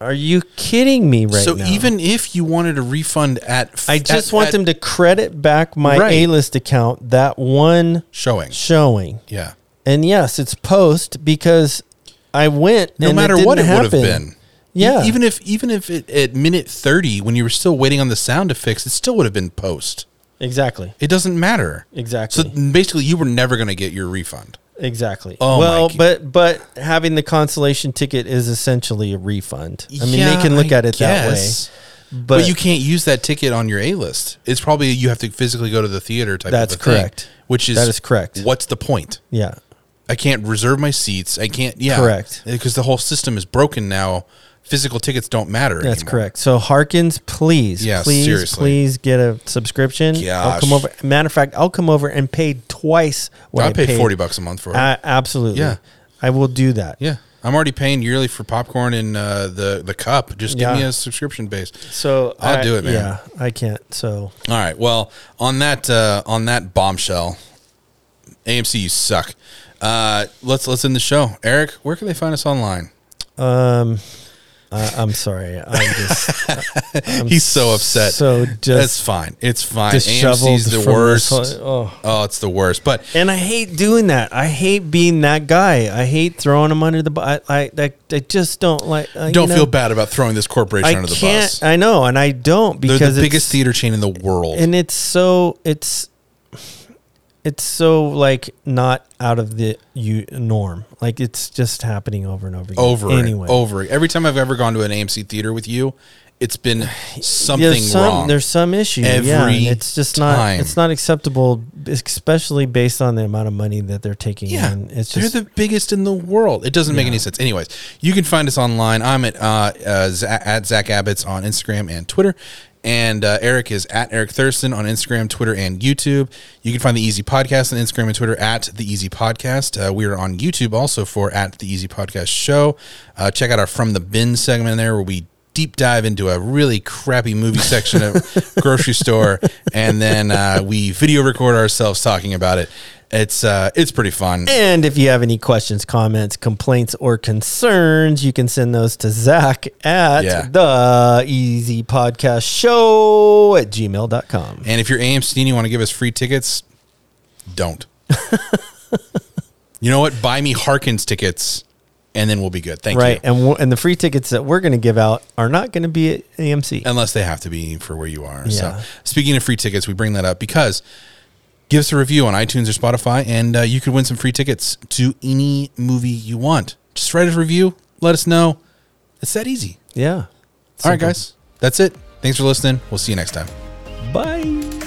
Are you kidding me right
so
now?
even if you wanted a refund at, f-
I just
at-
want
at
them to credit back my
Right.
A list account that one
showing.
showing.
Yeah.
And yes, it's post because I went.
No
and
matter
didn't
what it would have
happen.
been.
Yeah.
E- Even if even if it, at minute thirty, when you were still waiting on the sound to fix, it still would have been post.
Exactly.
It doesn't matter. So
Exactly.
basically, you were never going to get your refund.
exactly.
Oh my
well,
g-
but but having the consolation ticket is essentially a refund. I mean,
Yeah,
they can look
I
at it
guess.
that way. But,
But, you can't use that ticket on your A list. It's probably you have to physically go to the theater type.
That's
of a thing,
correct.
which is
That is correct.
What's the point?
yeah,
I can't reserve my seats. I can't. Yeah,
Correct.
Because the whole system is broken now. Physical tickets don't matter.
that's
anymore.
correct. So Harkins, please,
Yeah,
please,
seriously.
please get a subscription. I'll come
Gosh.
over. Matter of fact, I'll come over and pay twice what I,
I pay forty bucks a month for it.
I, absolutely.
Yeah.
I will do that.
yeah, I'm already paying yearly for popcorn and uh, the the cup. Just give
Yeah.
me a subscription base.
So
I'll
I-
do it, man.
Yeah, I can't. So
All right. Well, on that uh, on that bombshell, AMC you suck. Uh, let's let's end the show. Eric, where can they find us online?
Um, I, I'm sorry. I'm just
He's so upset.
so
That's
just
fine. It's fine.
disheveled.
AMC's the
from
worst.
this whole- oh.
Oh, it's the worst. But
And I hate doing that. I hate being that guy. I hate throwing them under the bus. I, I, I, I just don't like. I,
don't
you know,
feel bad about throwing this corporation
I
under the
can't.
bus.
I know, and I don't because
They're the
it's-
biggest theater chain in the world.
and it's so it's it's so like not out of the you norm like it's just happening over and over again
over
anyway
and over. Every time I've ever gone to an AMC theater with you, it's been something
there's some
wrong.
there's some issue yeah and
Every
it's just not
time.
it's not acceptable especially based on the amount of money that they're taking
Yeah,
in it's
they're
just
the biggest in the world. It doesn't make any sense. Anyways, you can find us online. I'm at uh, uh, Z- at Zach Abbott's on Instagram and Twitter, and uh, Eric is at Eric Thurston on Instagram, Twitter, and YouTube. You can find the Easy Podcast on Instagram and Twitter at the Easy Podcast. Uh, we are on YouTube also for at the Easy Podcast Show. Uh, check out our From the Bin segment there where we deep dive into a really crappy movie section of grocery store and then uh, we video record ourselves talking about it it's uh, it's pretty fun
and if you have any questions, comments, complaints, or concerns, you can send those to Zach at
Yeah.
the easy podcast show at gmail.com.
And if you're AMC and you want to give us free tickets, don't. you know what? Buy me Harkins tickets, and then we'll be good. Thank
right
you.
and we're, and the free tickets that we're going to give out are not going to be at AMC.
Unless they have to be for where you are.
Yeah.
So, speaking of free tickets, we bring that up because give us a review on iTunes or Spotify, and uh, you could win some free tickets to any movie you want. Just write us a review. Let us know. It's that easy.
yeah.
All right, guys. That's it. Thanks for listening. We'll see you next time.
Bye.